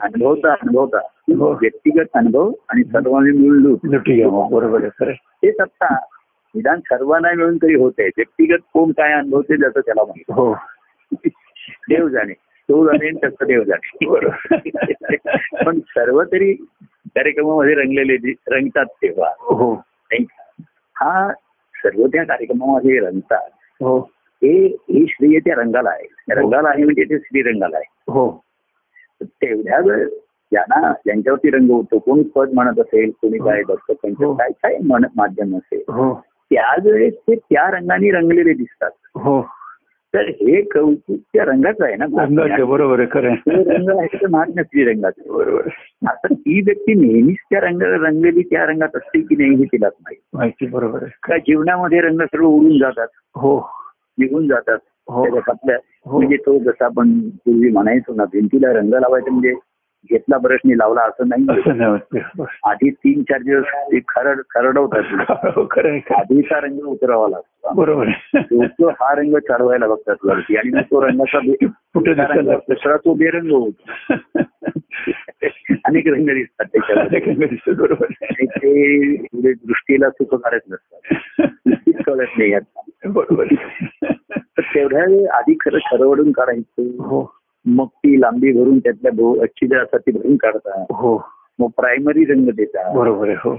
अनुभवता हो. अनुभवता व्यक्तिगत अनुभव आणि सर्वांनी मिळून लूट लुटूया मग बरोबर आहे खरं आहे. तेच आता निदान सर्वांना मिळून तरी होते व्यक्तिगत कोण काय अनुभवते त्याचं त्याला माहिती हो देव जाणे तो जाणे आणि त्याचं देव जाणे बरोबर. पण सर्व तरी कार्यक्रमामध्ये रंगलेले दि- रंगतात तेव्हा हो नाही का? हा सर्व त्या कार्यक्रमामध्ये रंगतात हो हे हे श्रेय त्या रंगाला आहे त्या रंगाला आहे म्हणजे ते श्रीरंगाला आहे हो तेवढ्या वेळ ज्यांना ज्यांच्यावरती रंग होतो कोणी पद म्हणत असेल कोणी काय बघतं त्यांचं हो. काय काय मन- माध्यम असेल हो त्यावेळेस ते त्या रंगाने रंगलेले दिसतात हो तर हे कौतुक त्या रंगाचं आहे ना अंदाज बरोबर आहे खरं तो आहे. रंग आहे तर महात्म्य श्रीरंगाचं आहे. बरोबर आहे. आता ती व्यक्ती नेहमीच त्या रंगाला रंगलेली त्या रंगात असते की नाही हे तिलाच माहिती माहिती बरोबर आहे का जीवनामध्ये रंग सर्व उडून जातात हो निघून जातात हो. त्याच्या कपड्या हो. म्हणजे तो जसा आपण पूर्वी म्हणायचो ना भिंतीला रंग लावायचा म्हणजे घेतला ब्रशनी लावला असं नाही असं नाही वाटत आधी तीन चार दिवस ते खरड खरडवतात हो, खरं आहे, खरं आहे. आधीचा रंग उतरवा लागतो बरोबर आहे. लोक हा रंग चढवायला बघतात वरती आणि मग तो रंगाचा बे- दुसरा कुठे दिसायला रंग- लागतो. दुसरा तो बेरंग होतो अनेक रंग दिसतात त्याच्यामध्ये बरोबर आणि आहे. ते म्हणजे दृष्टीला सुखकारक नसतात तीच कळत नाही यात बरोबर तर तेवढ्या वेळी आधी खरं खरवडून काढायचं हो मग ती लांबी भरून त्यातल्या भो- छिद्रासाठी भरून काढतात हो मग प्रायमरी रंग देतात बरोबर आहे हो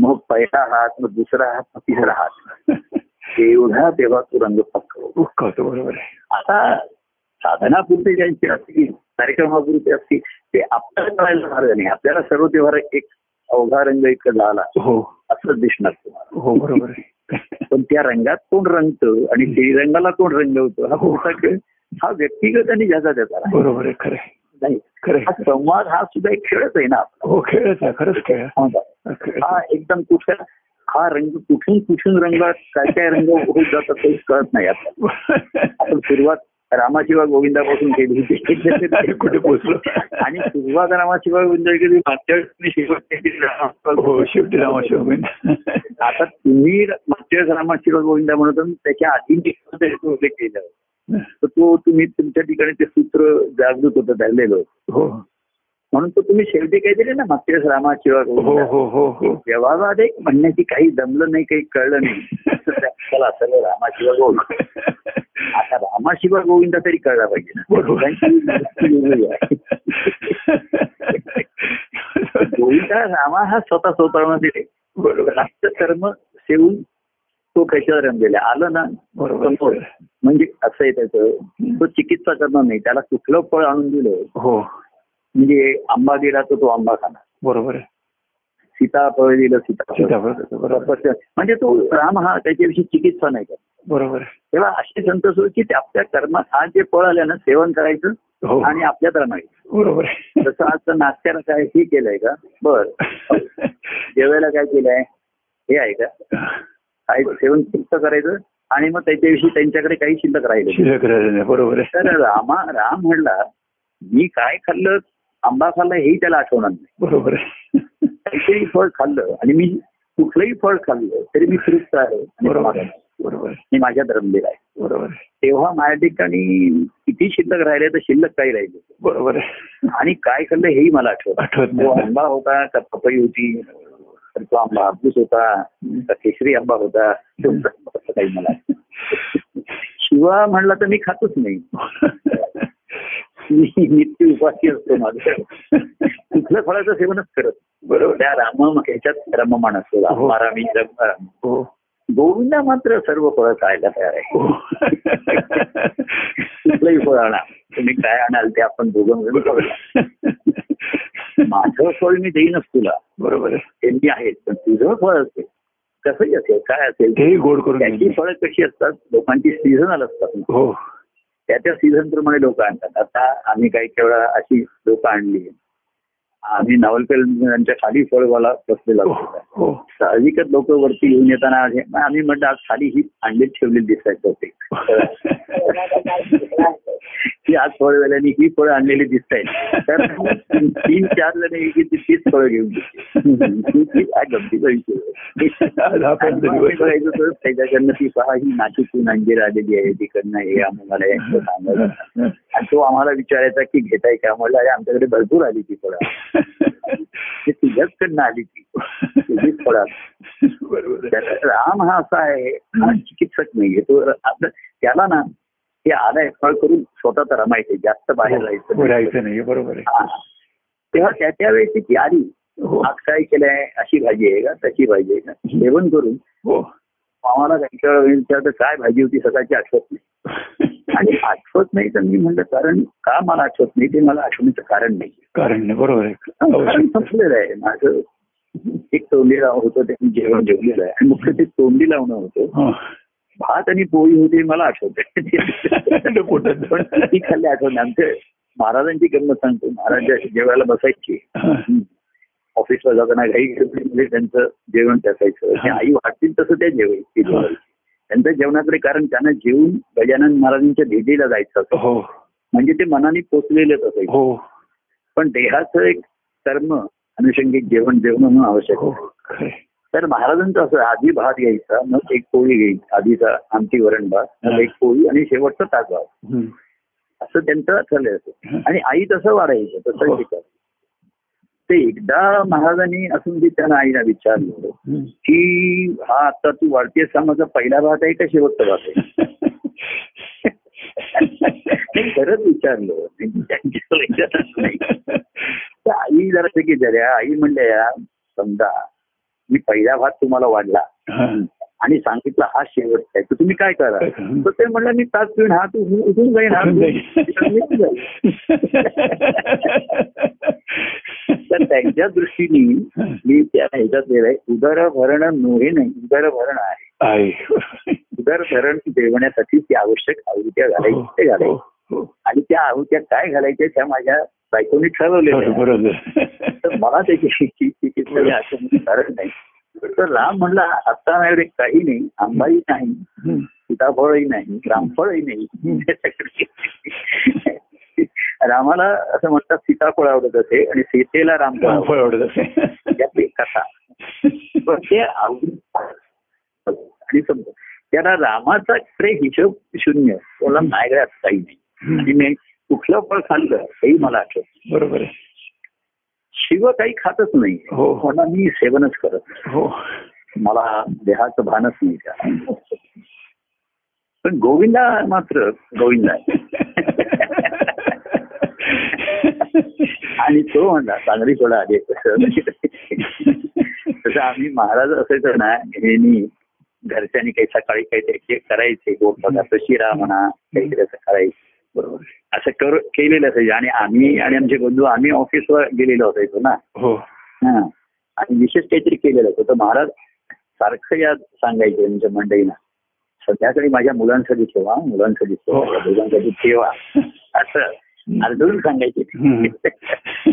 मग पहिला हात मग दुसरा हात मग तिसरा हात तेवढा तेव्हा तो रंग पक्कवतो उकळतो बरोबर आहे आता साधनापुरते ज्यांची असतील कार्यक्रमापुरते असतील ते आपल्याला करायला मार्ग नाही आपल्याला सर्व तेव्हा एक अवघा रंग एक झाला हो असंच दिसणार तुम्हाला हो बरोबर आहे पण त्या रंगात कोण रंगतं आणि श्रीरंगाला कोण रंगवतं हा पुढचा खेळ हा व्यक्तिगत आणि ज्याचा त्याचा राहील. बरोबर आहे खरं आहे नाही खरं हा आहे. संवाद हा सुद्धा एक खेळच आहे ना हो खेळच आहे खरंच खेळ आहे. खेळ आहे. हा एकदम कुठल्या हा रंग कुठून कुठून रंगात काय काय रंग होत जातात ते कळत नाही आता आपण सुरुवात रामाशिवा गोविंदापासून केली होती कुठे पोहोचलो? आणि सुरुवात रामाशिवा गोविंदा केली मागच्या वेळेस मी शेवट केली रामाशिवा हो शेवटी रामाशिव आता तुम्ही मागच्या वेळेस रामाशिवा गोविंदा म्हणत होता, त्याच्या आधी मी सुद्धा याचं उल्लेख केला तर तो तुम्ही तुमच्या ठिकाणी ते सूत्र जागृत होतं धरलेलं होतं. हो म्हणून तो तुम्ही शेवटी काय दिले ना मागच्या वेळेस रामाशिवा हो गोविंदा हो हो हो व्यवहारात एक म्हणण्याची काही जमलं नाही काही कळलं नाही तर त्याला सर्व रामाशिवा गोविंद आता रामाशिवा गोविंद तरी कळला पाहिजे ना. बरोबर कारण की वेगळी आहे. गोविंदा रामा हा स्वतः स्वतःमध्ये बरोबर राष्ट्रधर्म सेवून तो कशावर रमलेला आहे. आलं ना बरोबर समोर म्हणजे असं आहे त्याचं तो चिकित्सा करणार नाही त्याला कुठलं फळ आणून दिलं हो म्हणजे आंबा दिला तर तो आंबा खाणार बरोबर आहे सीताफळ दिलं सीताफळ सीताफळ देतो, बरोबर तपस्या- म्हणजे तो राम हा त्याच्याविषयी चिकित्सा नाही करत बरोबर आहे. तेव्हा असे संत सुरू की ते आपल्या कर्मात आज जे फळ आलं ना सेवन करायचं हो आणि आपल्यात राहणार बरोबर आहे. जसं आज नाश्त्याला काय हे केलंय का बर जेवायला काय केलंय हे आहे का काय सेवन तृप्त करायचं आणि मग त्याच्याविषयी त्यांच्याकडे काही शिल्लक राहिलं शिल्लक राहिलं नाही, बरोबर आहे तर रामा राम म्हणला मी काय खाल्लं आंबा खाल्ला हेही त्याला आठवणार नाही बरोबर आहे काहीतरी फळ खाल्लं आणि मी कुठलंही फळ खाल्लं तरी मी तृप्त आहे आणि बरोबर समाधान आहे आहे. बरोबर आहे मी माझ्यात रमलेला आहे बरोबर आहे तेव्हा माझ्या ठिकाणी किती शिल्लक राहिले तर शिल्लक काही राहिले बरोबर आहे आणि काय खाल्लं हेही मला आठवत आठवत तो नाही आंबा होता का पपई होती तर तो आंबा हापूस होता का केशरी आंबा होता तो असं काही मला शिवा म्हणला तर मी खातच नाही मी नित्य उपाशी असतो माझं कुठल्या फळाचं सेवनच करत बरोबर त्या राम ह्याच्यात रममाण असतो हो. रामारामी रमराम हो गोविंद मात्र सर्व फळं खायला तयार आहे हो कुठलंही फळ आणा तुम्ही काय आणाल ते आपण दोघं मिळून खाऊया. माझं फळ मी देईनच तुला बरोबर आहे ते मी आहेत पण तुझं फळ असेल कसंही असेल काय असेल तेही गोड करून त्याची घेईन. फळं कशी असतात लोकांची सीझनल असतात ना हो त्या त्या सीझन प्रमाणे लोक आणतात आता आम्ही काही काही वेळा अशी लोक आणली आम्ही नवलकर यांच्या खाली फळवाला बसलेला हो होता हो साहजिकच लोक वरती घेऊन येताना आधी- मग आम्ही म्हटलं आज खाली ही आणली ठेवलेली दिसायचं होते की आज फळवाल्याने ही फळं आणलेली दिसतायत तर तीन तीन चार जण एक एक तीस फळं घेऊन गेले. काय गमतीचा विषय आहे. आज हा आणि पर्यंत मग आम्ही दिवस आहे. बघायचो तर त्याच्याकडनं ती पहा ही नाशिकून अंजीर आलेली आहे तिकडनं हे आम्हाला यांचं सांगायचं आणि तो आम्हाला विचारायचा की घेताय का म्हणलं अरे आमच्याकडे भरपूर आली ती फळं ते तुझ्याचकडनं आली ती तुझीच फळं बरोबर त्याला राम हा असा आहे हा चिकित्सक नाहीये तो र- आता त्याला ना हे आलाय फळ करून स्वतः तर रमायचे जास्त बाहेर राहायचं हो, नाही. राहायचं नाही बरोबर आहे हा. तेव्हा त्या त्या वेळेची ती आली हो आज काय केलंय अशी भाजी आहे का तशी भाजी आहे का जेवण करून हो आम्हाला त्यांच्या विचारलं काय भाजी होती सकाळची आठवत नाही आणि आठवत नाही तर मी म्हणलं कारण का मला आठवत नाही ते मला आठवण्याचं कारण नाही कारण नाही बरोबर आहे कारण आवश्यक. संपलेलं आहे माझं एक तोंडी लावून होतं ते मी जेवण जेवलेलं आहे आणि मुख्य ते तोंडी लावणं होतं हा. भात आणि पोळी होती मला आठवते पोटात. पण ती खाल्ली आठवण नाही. आमचे महाराजांची गंमत सांगतो महाराज जे- जेवायला बसायची हा. ऑफिसला म्हणजे जाताना घाई गर्दीमध्ये त्यांचं जेवण टाकायचं आणि आई वाटतील तसं त्या जेवायची त्यांचं जेवणाकडे कारण त्यांना जेवून गजानन महाराजांच्या भेटीला जायचं असं हो म्हणजे ते मनाने पोचलेलेच असायचे हो पण देहाचं एक कर्म अनुषंगिक जेवण जेवण होणं आवश्यक हो आहे. खरंय. तर महाराजांचं असं आधी भात घ्यायचा मग एक पोळी घ्यायची आधीचा आमटी वरण भात मग हा. एक पोळी आणि शेवटचा ताक भात हम्म. असं त्यांचं ठरलं हा. असं आणि आई तसं वाढायचं तसं हो. शिकायचं ते एकदा महाराजांनी असून ते त्यांना आईला विचारलं होतं हम्म. की हा आता तू वाढतेस हा माझा पहिला भात आहे का शेवटचा भात आहे नाही, खरंच विचारलं नाही, त्यांच्यावर विचारलंच नाही. तर आई जरा ते विचारल्या आई म्हणल्या या समजा मी पहिला भात तुम्हाला वाढला हा. आणि सांगितलं हा शेवट आहे तर तुम्ही काय करा तर ते म्हणलं मी तास पिऊन हा तू उठून जाईन हा उठून जाईन. तू निघून जाईन. तर त्यांच्या दृष्टीने मी त्या ह्याच्यात लिहिलंय उदर भरण नोहे नाही उदर भरण आहे आहे. उदर भरण जेवण्यासाठी ती आवश्यक आहुत्या Oh, घालायची ते हो, घालायची हो. आणि त्या आहुत्या काय घालायच्या त्या माझ्या बायकोनी ठरवलेल्या आहेत. बरोबर. तर मला त्याची चिकित्सा असं म्हणजे कारण नाही तर राम म्हणला आता माझ्याकडे काही नाही आंबाही नाही हम्म. सीताफळही नाही रामफळही नाही त्याच्याकडे रामाला असं म्हणतात सीताफळ आवडत असे आणि सीतेला रामफळ आवडत फळ आवडत असे. यातली कथा पण ते आवडत आणि समजा त्याला रामाचा इकडे हिशोब शून्य कोणाला माझ्याकडे आता काही नाही आणि मी कुठलं फळ खाल्लं हेही मला आठवत बरोबर आहे. शिव काही खातच नाही हो. मला मी सेवनच करत नाही. हो मला देहाचं भानच नाही का पण गोविंदा मात्र गोविंदा आहे. आणि तो म्हणला चांगली थोडा आली आहे तसं तसं आम्ही महाराज असायचो ना नेहमी घरच्यांनी काही सकाळी काहीतरी ते करायचे गोड पदार्थ शिरा म्हणा काहीतरी असं करायचं बरोबर आहे. असं कर केलेलं असायचं आणि आम्ही आणि आमचे बंधू आम्ही ऑफिसवर गेलेलो असायचो ना हो हा. आणि विशेष काहीतरी केलेलं होतं तर महाराज सारखं या सांगायचे आमच्या मंडळींना सध्याकडे माझ्या मुलांसाठी ठेवा मुलांसाठी ठेवा हो. माझ्या दोघांसाठी ठेवा असं अर्धून सांगायचे हम्म.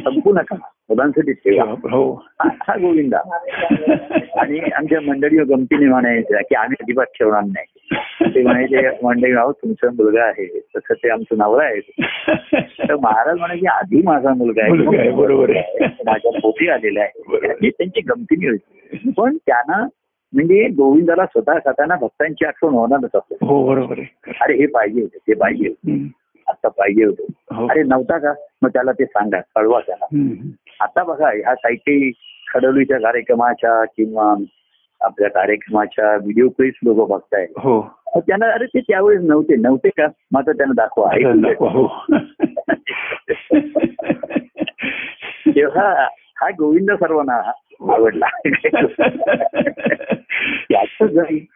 संपू नका मुलांसाठी ठेवा हो हा हा गोविंदा आणि आमच्या मंडळी गमतीने म्हणायच्या की आम्ही अजिबात ठेवणार नाही ते म्हणायचे मंडळी अहो तुमचा मुलगा आहे तसं ते आमचं नवरा आहे तर महाराज म्हणायचे आधी माझा मुलगा आहे मुलगा आहे, मग बरोबर आहे. मुलगा आहे. माझ्या पोटी आलेला बरोबर. आहे ही त्यांची गमतीने होती पण त्यांना म्हणजे गोविंदाला स्वतः खाताना भक्तांची आठवण होणारच असते हो बरोबर आहे खरं. अरे हे पाहिजे होते ते पाहिजे होते हम्म. आता पाहिजे होते हो. अरे नव्हता का मग त्याला ते सांगा कळवा त्याला हम्म. आता बघा ह्या काही काही खडवलीच्या कार्यक्रमाच्या किंवा आपल्या कार्यक्रमाच्या व्हिडिओ क्लिप्स लोक बघताय हो तर त्यांना अरे ते त्यावेळेस नव्हते नव्हते का मग आता त्यांना दाखवा आहे आता तुझ्याकडे. नको, हो तेव्हा हा गोविंद सर्वांना आवडला याच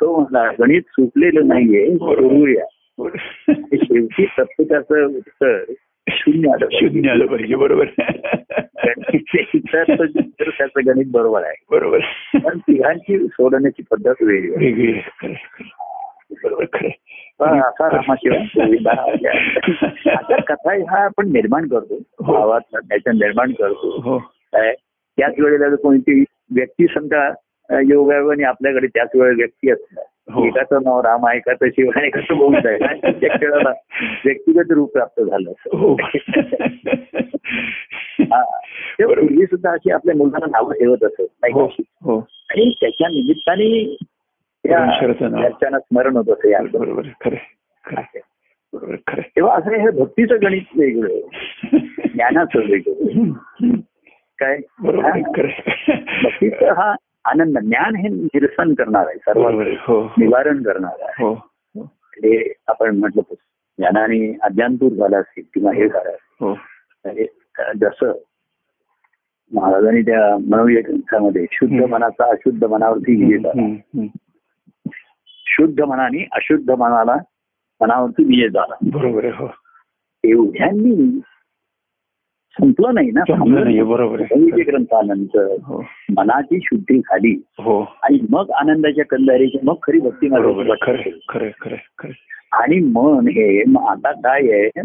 तो म्हणला गणित सुटलेलं नाहीये सोडवूया आणि शेवटी प्रत्येकाचं उत्तर शून्य आलं पाहिजे. शून्य आलं पाहिजे बरोबर गणिताचे उत्तर तर तर त्याचं गणित बरोबर आहे बरोबर पण तिघांची सोडवण्याची पद्धत वेगळी आहे. वेगळी आहे, खरं आहे, खरं आहे. बरोबर खरं पण असा रामाशिवाय गोविंदा हा आहे. आता कथा ह्या आपण निर्माण करतो हो. भावात त्याच्या निर्माण करतो हो काय त्याच वेळेला जर कोणती व्यक्ती समजा अ, योगायोगाने आपल्याकडे त्याच वेळेला व्यक्ती असतात हो. एकाचं नाव राम आहे एकाचं शिव आहे एकाचं गोविंद आहे आणि त्या खेळाला व्यक्तिगत रूप प्राप्त झालं असं. हो हा. ते पूर्वी सुद्धा अशी आपल्या मुलांना नावं ठेवत असत नाही हो का? हो आणि त्याच्या निमित्ताने त्या परमेश्वराचं नाव. घरच्यांना स्मरण होत असे या बरोबर खरे खरे बरोबर खरे तेव्हा असं हे भक्तीचं गणित वेगळं ज्ञानाचं वेगळं काय बरोबर आहे, हा. खरं भक्तीचा आहे. हा आनंद ज्ञान हे निरसन करणार आहे सर्व बरोबर आहे, हो निवारण करणार आहे हो हे आपण म्हटलं होतं. ज्ञानाने अज्ञान दूर झालं असेल किंवा हे झालं असेल. हो म्हणजे जसं महाराजांनी त्या मनवीय ग्रंथामध्ये शुद्ध हम्म. मनाचा अशुद्ध मनावरती विजय झाला हम्म, हम्म. शुद्ध मनाने अशुद्ध मनाला मनावरती विजय झाला बरोबर आहे हो एवढ्यांनी संपलं नाही ना संपलं नाहीये, बरोबर आहे. मनवीय ग्रंथानंतर हो मनाची शुद्धी झाली हो आणि मग आनंदाच्या कल्लारीची मग खरी भक्ती बरोबर मला खरे खरे खरे खरे आणि मन हे मग आता काय आहे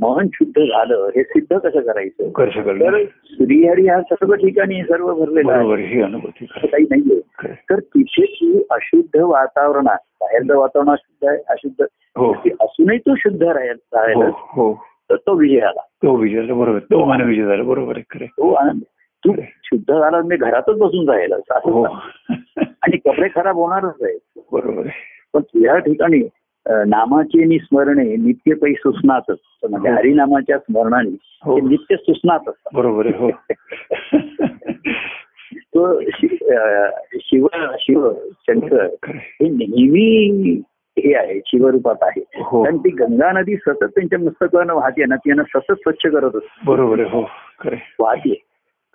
मन शुद्ध झालं हे सिद्ध कसं करायचं कसं तर करणार श्रीहरी हा सर्व ठिकाणी सर्व भरलेला आहे बरोबर ही अनुभूती असं काही नाहीये खरं. तर तिथे तू अशुद्ध वातावरणात बाहेरचं वातावरण अशुद्ध आहे अशुद्ध हो ते असूनही तू शुद्ध राहील हो राहिला हो तर तो विजय आला तो विजय झाला बरोबर तो मान विजय झाला बरोबर आहे खरे तो आनंद तू शुद्ध झाला म्हणजे घरातच बसून राहिला हो आणि कपडे खराब होणारच आहे बरोबर आहे पण या ठिकाणी अं, नामाचे नि स्मरणे नित्य पै सुसनातच तर म्हणजे हो. हरिनामाच्या स्मरणाने हो. ते नित्य सुसनात असतात बरोबर आहे हो तो शि- अं, शिव शिव शंकर खरं आहे. हे नेहमी हे आहे शिवरूपात आहे हो. कारण ती गंगा नदी सतत त्यांच्या मस्तकानं वाहते ना ती यांना सतत स्वच्छ करत असते बरोबर आहे हो खरे वाहते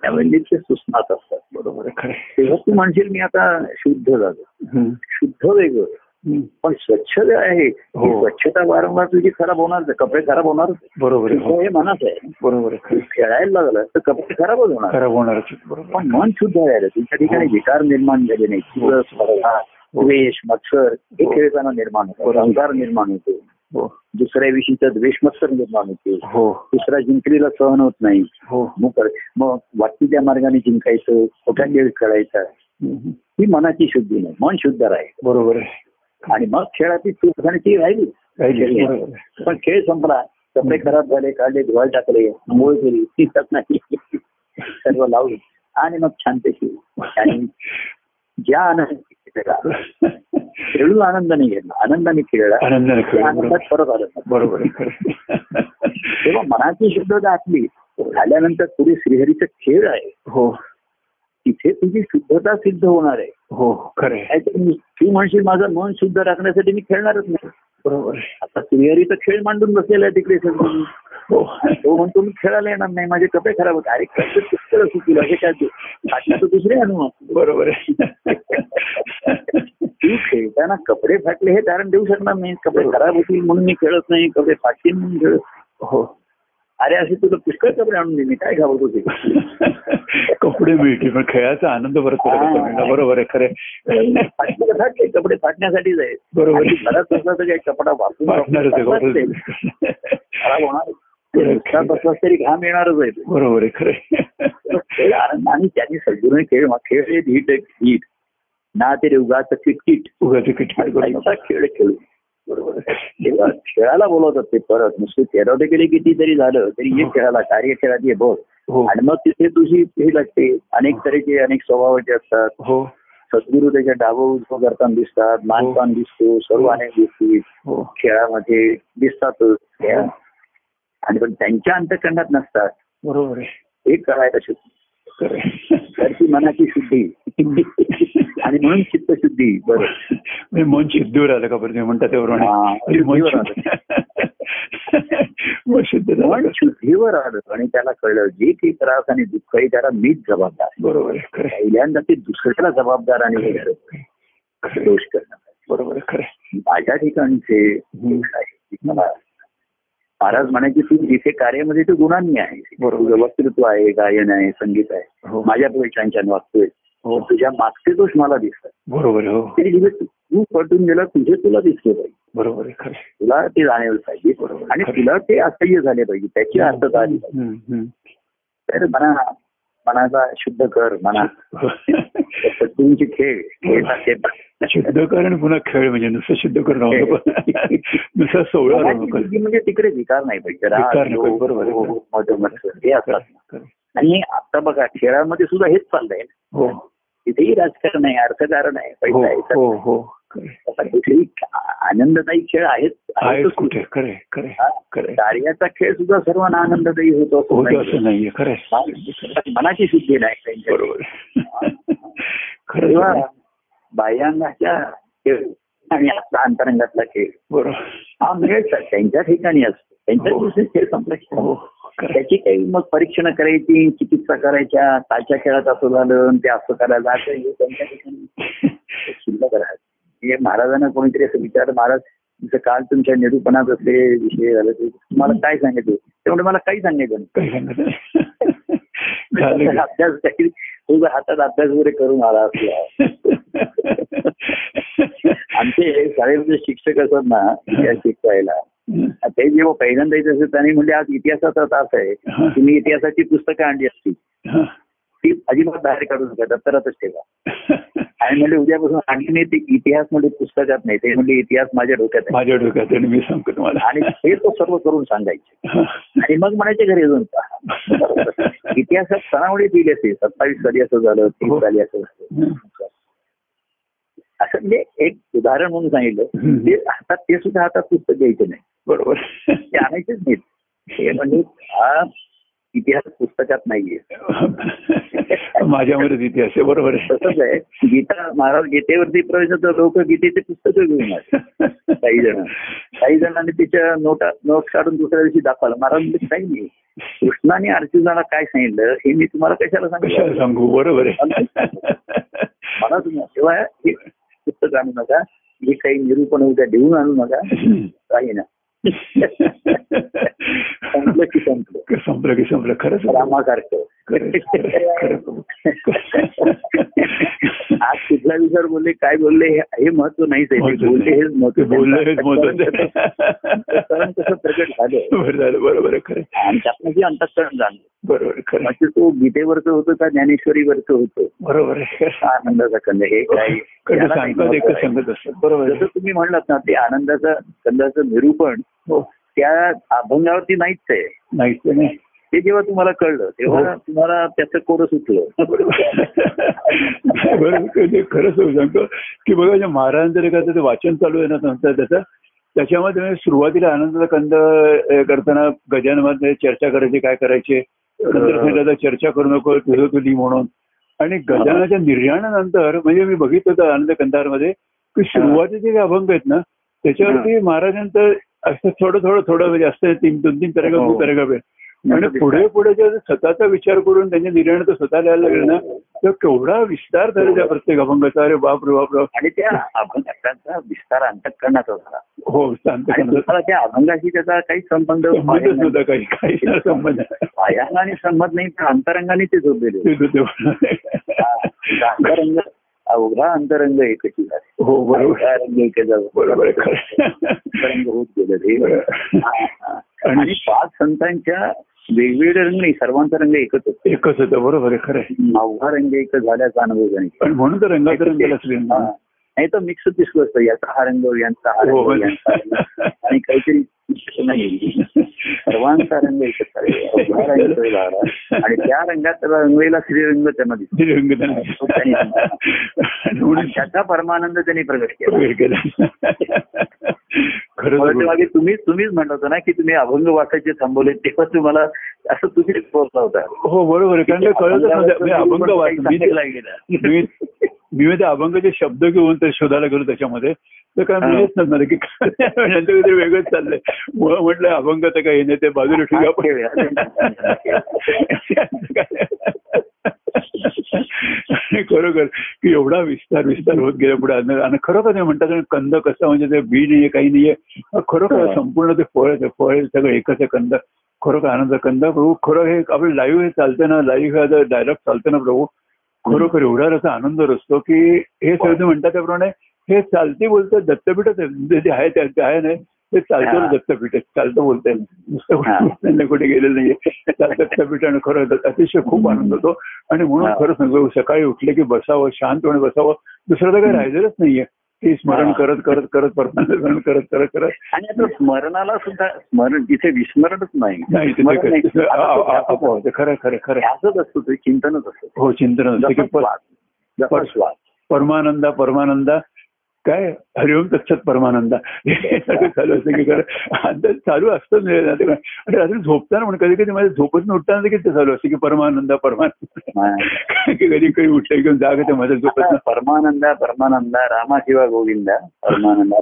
त्यामध्ये ते सुसनात असतात बरोबर बरोबर आहे खरे तेव्हा तू म्हणशील मी आता शुद्ध झालो शुद्ध वेगळं पण स्वच्छ जे आहे ती हो. स्वच्छता वारंवार तुझी खराब होणार कपडे खराब होणार बरोबर आहे हो हे मनात आहे बरोबर आहे तू खरे खेळायला लागलं तर कपडे खराबच होणार खराब होणारच आहे. बरोबर पण मन शुद्ध राहिलं तुमच्या ठिकाणी हो. विकार निर्माण झाले नाही हो. चिवळ स्पर्धा हो. द्वेष मत्सर हे हो. खेळताना निर्माण होतात बरोबर. अंकार निर्माण होतो हो दुसऱ्याविषयीचा द्वेष मत्सर निर्माण होते हो दुसरा जिंकलेला सहन होत नाही हो मग कर- मग वाटती त्या मार्गाने जिंकायचं खोटा खेळ खेळायचा हम्म. ही मनाची शुद्धी नाही मन शुद्ध राहील बरोबर आहे आणि मग खेळाची चूक झाली ती राहिली राहिली. खेळ बरोबर आहे. पण खेळ संपला कपडे खराब झाले काढले धुवायला टाकले आंघोळ केली ती नाही सर्व लावली आणि मग छानपैकी आणि ज्या आनंद खेळून आनंद नाही घेतला आनंदाने खेळला आनंदाने खेळ त्या आनंदात परत आलं नाही. बरोबर आहे खरं तेव्हा मनाची शुद्धता आपली झाल्यानंतर पुढे श्रीहरीचा खेळ आहे हो तिथे तुझी शुद्धता सिद्ध होणार आहे हो खरे नाहीतर मी- तू म्हणशील माझं मन शुद्ध राखण्यासाठी मी खेळणारच नाही बरोबर आहे. आता श्रीहरीचा खेळ मांडून बसलेला आहे तिकडे सगळं हो तो म्हणतो मी खेळायला येणार नाही माझे कपडे खराब होते अरे कसं चुकतं असू तुला हे काय फाटण्याचं दुसरे अनुभव बरोबर आहे तू खेळताना कपडे फाटले हे कारण देऊ शकणार नाही कपडे खराब होतील म्हणून मी खेळत नाही कपडे फाटतील म्हणून खेळत हो अरे असे तुला पुष्कळ कपडे आणून दिले काय घाबरतो तुझे कपडे मिळतील पण खेळाचा आनंद परत करायचा मिळणार बरोबर आहे खरे फाटले तर फाटले कपडे फाटण्यासाठीच आहे बरोबर आणि घरात असला तर काही कपडा वापरून वाटणारच आहे वापरून बरोबर टाकलाच ते खराब होणार बरोबर. नुकसान बसलाच तरी घाम येणारच आहे बरोबर आहे खरे तर खेळ आनंद आणि त्यांनी सजीवन खेळ खेळ हे धीट धीट ना ते उगाच किटकिट उगाच किटकिट करू काहीचा नका खेळ खेळू बरोबर आहे. तेव्हा खेळायला बोलवतात ते परत नुसते खेळवते गेले किती जरी झालं तरी हे हो. खेळाला कार्य खेळात ये बघ हो आणि मग तिथे तुझी हे लागते अनेक तऱ्हेचे अनेक स्वभावाचे असतात हो सद्गुरू त्याच्या डावं उजवं करताना दिसतात मानपान दिसतो सर्व हो. अनेक गोष्टी हो खेळामध्ये दिसतातच खेळ. आणि पण त्यांच्या अंतकरणात नसतात बरोबर आहे हे करायला शुद्धी खरे तर ती मनाची शुद्धी आणि म्हणून चित्तशुद्धी बरोबर म्हणजे मन शिद्धीवर आलं का बरं तुम्ही म्हणता त्याप्रमाणे हा, म्हणजे मन शुद्धीवर शुद्ध- मन शुद्ध झालं मन का? शुद्धीवर आलं आणि त्याला कळलं जे काही त्रास आणि दुःख आहे त्याला मीच जबाबदार आहे. बरोबर आहे खरे पहिल्यांदा ते दुसऱ्याला जबाबदार आणि हे करत नाही. खरे दोष करणार बरोबर आहे खरे माझ्या ठिकाणचे दोष आहे. मला महाराज म्हणायचे तू जिथे कार्यामध्ये तू गुणांनी आहे बरोबर. तुझं वक्तृत्व आहे गायन आहे संगीत आहे हो माझ्या पुढे छान छान वागतोय हो तुझ्या मागचे दोष मला दिसतात बरोबर आहे हो तरी जिथे तू- तू पटून गेला तुझे तुला दिसले पाहिजे बरोबर आहे खरे तुला ते जाणवलं पाहिजे बरोबर. हो. आणि तुला ते असह्य झाले पाहिजे त्याची अर्थता आली पाहिजे तर मना मनाचा शुद्ध कर मना सद्गुरूंचे खेळ खेळता खेळता. शुद्धकरण पुन्हा खेळ म्हणजे नुसतं शुद्धकरण होतं नुसतं सोहळा मनाची रंग करणं. बुद्धी म्हणजे तिकडे विकार नाही पाहिजे राग, विकार नको, लोभ, बरोबर. मोह, मद, मत्सर हे असतात खरं. आणि आता बघा खेळामध्ये सुद्धा हेच चाललंय हो तिथेही राजकारण आहे अर्थकारण आहे हो पैसा आहे तर हो हो खरं. आता कुठेही आनंददायी खेळ आहेत आहेच आहेतच कुठे खरे खरे हा? खरे कार्याचा खेळ सुद्धा सर्वांना आनंददायी होतो असं होत नाही. असं नाहीये खरं आहे. पण मनाची शुद्धी नाही त्यांच्या बरोबर खरं तेव्हा आहे. बाह्यांगाच्या खेळ आणि आता अंतरंगातला खेळ बरोबर हा मेळ स- त्यांच्या ठिकाणी असतो त्यांच्या हो. दिवशी खेळ संपला की हो खरं आहे. त्याची काही मग परीक्षण करायची चिकित्सा करायच्या कालच्या खेळात असं झालं आणि ते असं करायला असं हे त्यांच्या ठिकाणी ते शिल्लक राहत म्हणजे महाराजांना कोणीतरी असं विचार महाराज तुमचं काल तुमच्या निरूपणात असले विषय झाले ते तुम्हाला काय सांगितले ते म्हणजे मला काही सांगायचं नाही काही सांगत नाही. त्याचा झालं की. अभ्यास काही तुझा हातात अभ्यास वगैरे करून आला असला आमचे शाळेमध्ये शिक्षक असत ना या शिकवायला हं. हं. ते जेव्हा पहिल्यांदा येत असेल त्याने म्हणजे आज इतिहासाचा तास आहे हा. तुम्ही इतिहासाची पुस्तकं आणली असती हा. ती अजिबात बाहेर काढू नका दप्तरातच ठेवा आणि म्हणजे उद्यापासून आणखी नाही ते इतिहास म्हणजे पुस्तकात नाही ते म्हणजे इतिहास माझ्या डोक्यात आहे माझ्या डोक्यात आणि मी सांगतो तुम्हाला आणि हे तो सर्व करून सांगायचे हा. आणि मग म्हणायचे घरी अजून पहा. इतिहासात सणावळी दिली असते सत्तावीस साली असं झालं तीस साली असं झालं हो. हं. असं म्हणजे एक उदाहरण म्हणून सांगितलं हं. ते हातात ते सुद्धा हातात पुस्तक घ्यायचं नाही बरोबर ते आणायचेच नाहीत हे म्हणजे हा इतिहास पुस्तकात नाहीये माझ्यामध्येच इतिहास आहे बरोबर तसंच आहे गीता महाराज गीतेवरती प्रवेश होतो लोक गीतेचे पुस्तकं घेऊन आले आहे काही जण काही जणांनी तिच्या नोटा नोट्स काढून दुसऱ्या दिवशी दाखवला महाराज म्हणजे काही नाही कृष्णाने अर्जुनाला काय सांगितलं हे मी तुम्हाला कशाला कशाला सांगितलं सांगू बरोबर आहे मला तुम्ही तेव्हा हे पुस्तक आणू नका हे काही निरूपण उद्या देऊन आणू नका काही ना संपलं की संपलं संपलं की संपलं खरंच रामासारखं खरं, खरं, खरं. आज कुठला विचार बोलले काय बोलले हे- हे महत्व नाहीच आहे ते बोलले हेच महत्व बोलले हेच अंतःकरण कसं प्रकट झालं बरं झालं बरोबर आहे खरं आहे. आणि त्यातनं जे अंतःकरण झालं बरोबर आहे, खरं आहे. म्हणजे तो गीतेवरचं होतं का ज्ञानेश्वरीवरचं होतं बरोबर आहे खरं हा आनंदाचा कंद हे काय आहे. खरं याला काही सांगतात महत्व एकच आहे. सांगत असतात बरोबर जसं आहे. तुम्ही म्हणलात ना ते आनंदाचा कंदाचं निरूपण हो त्या अभंगावरती नाहीच आहे नाही ते नाही ते जेव्हा तुम्हाला कळलं तेव्हा हो. तुम्हाला त्याचं कोरं सुटलं बरोबर ते म्हणजे खरं सांगू सांगतो की बघा जे महाराजांचं जे काय ते वाचन चालू आहे ना संस्था त्याचं त्याच्यामध्ये मी सुरुवातीला आनंदाचा कंद अ, करताना गजानमध्ये चर्चा करायची काय करायचे नंतर सांगितलं आता चर्चा करू नको तुझं तू ली म्हणून आणि गजानाच्या निर्याणानंतर म्हणजे मी बघितलं होतं आनंद कंधारमध्ये की सुरुवातीचे जे अभंग आहेत ना त्याच्यावरती महाराजांचं असं थोडं थोडं थोडं म्हणजे असतं तीन दोन तीन तारखा हो. दोन तारखा आणि पुढे पुढे जे स्वतःचा विचार करून त्यांच्या निर्याणाचं स्वतः लिहायला लागलं ना तर केवढा विस्तार झाला त्या प्रत्येक अभंगाचा अरे बाप रे बाप रे बाप. आणि त्या अभंगाचा विस्तार अंतकरणाचा झाला हो शांत आणि तुम्हाला त्या अभंगाशी त्याचा काही संबंध बाहेर संबंधच नाही. होता काही काही संबंध नाही. बाह्यांगाने संबंध नाही पण अंतरंगाने ते झोपलेले होते. ते हो, होते. हा, अंतरंग अवघा अंतरंग एकची झाले हो बरोबर अंतरंग एक झाला. बरोबर आहे, खरं अंतरंग होत गेलं ते आहे. हा, हा. आणि- आणि पाच संतांच्या वेगवेगळे रंग नाही सर्वांचा रंग एकच होतो एकच होतं बरोबर आहे खरं आहे. अवघा रंग एक झाल्याचा अनुभव जाणीव. पण म्हणून तर रंगात रंग असले हा. नाही तर मिक्स दिसलो असतं याचा हा रंग यांचा हा हो. रंग यांचा हा रंग. आणि काहीतरी नाही सर्वांचा रंग एकच आहे. उभा रंग वेगळा आहे. आणि त्या रंगात रंगलेला श्रीरंग त्यांना दिसतो ते रंग नाही. आणि म्हणून आणि त्याचा परमानंद त्यांनी प्रगट केला वेगळं केलं. खरं मला ते बरोबर. मागे तुम्ही तुम्हीच म्हणलं होतं ना की तुम्ही अभंग वाचायचे थांबवले तेव्हा तुम्हाला असं तुम्ही बोलला होता हो बरोबर आहे कारण ते कळतच नव्हतं. मी अभंग वाच- मी ते- मी मी ते अभंगाचे शब्द घेऊन ते शोधायला गेलो त्याच्यामध्ये तर काय हा. मिळत नसणार की काय यांचं काहीतरी वेगळंच चाललंय मुळं म्हटलं अभंग तर काही नाही ते बाजूला ठेवूया आपण खरोखर की एवढा विस्तार विस्तार होत गेला पुढे आणि आणि खरोखर ते म्हणतात आणि कंद कसा म्हणजे ते बी नाहीये काही नाहीये हा खरोखर हा. संपूर्ण ते फळ आहे, ते फळ आहे, सगळं एकच आहे कंद खरोखर आनंद कंद प्रभू खरं हे आपलं लाईव्ह हे चालतं ना लाईव्ह हे डायलॉग चालतं ना प्रभू खरोखर एवढा रस आनंद असतो की हे सगळं म्हणतात त्याप्रमाणे हे चालते बोलतं दत्तपीठच आहे. जे जे आहे ते- ते आहे नाही ते हा. चालतं दत्तपीठ आहे. चालतं बोलतंय नुसतं हा. बोलतंय नाही, कुठे गेलेलं नाहीये चालतं दत्तपीठ आणि खरं दत्त- अतिशय खूप आनंद होतो आणि म्हणून हा. खरं सांगू सकाळी उठले की बसावं शांतपणे बसावं दुसरं तर काही हम्म. राहिलेलंच नाहीये ते स्मरण हा. करत करत करत स्मरण करत करत करत आणि आता स्मरणाला सुद्धा स्मरण जिथे विस्मरणच नाही नाही ते- स्मरण ते- ते- आ- आ- आ- नाही. आपोआप. ते खरं खरं खरं ध्यासच असतो ते चिंतनच असतं हो चिंतन असतं की प- जपस्वास. जपस्वास. परमानंदा परमानंदा काय हरिओम तत्सत परमानंदा हे सगळं चालू असतं की खरं अंदाज चालू असतंच नाही रात्री. आणि रात्री झोपताना म्हणून कधी कधी माझ्या झोपत उठताना देखील ते चालू असतं की परमानंदा हा. परमानंदा की कधी कधी उठलं किंवा जाग ते माझ्या आता झोपत परमानंदा परमानंदा रामाशिवा गोविंदा परमानंदा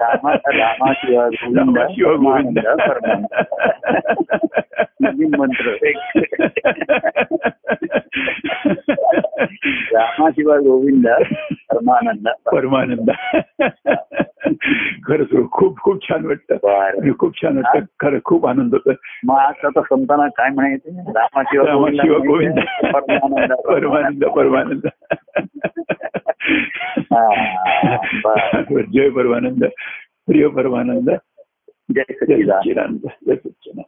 रामा रामाशिवा गोविंदा शिवाय गोविंद परमानंदा परमानंदा नवीन मंत्र रामाशिवा गोविंदा परमानंदा परमानंद खरंच हो, खूप खूप छान वाटतं बरं आणि खूप छान वाटतं खरं खूप आनंद होतो मग आज आता संपताना काय म्हणायचं रामाशिवा रामा गोविंदा शिवा म्हणायचं, गोविंद परमानंदा परमानंद परमानंद हा, बरं. जय परमानंद प्रिय परमानंद जय जय सच्चिदानंद सच्चिदानंद जय सच्चिदानंद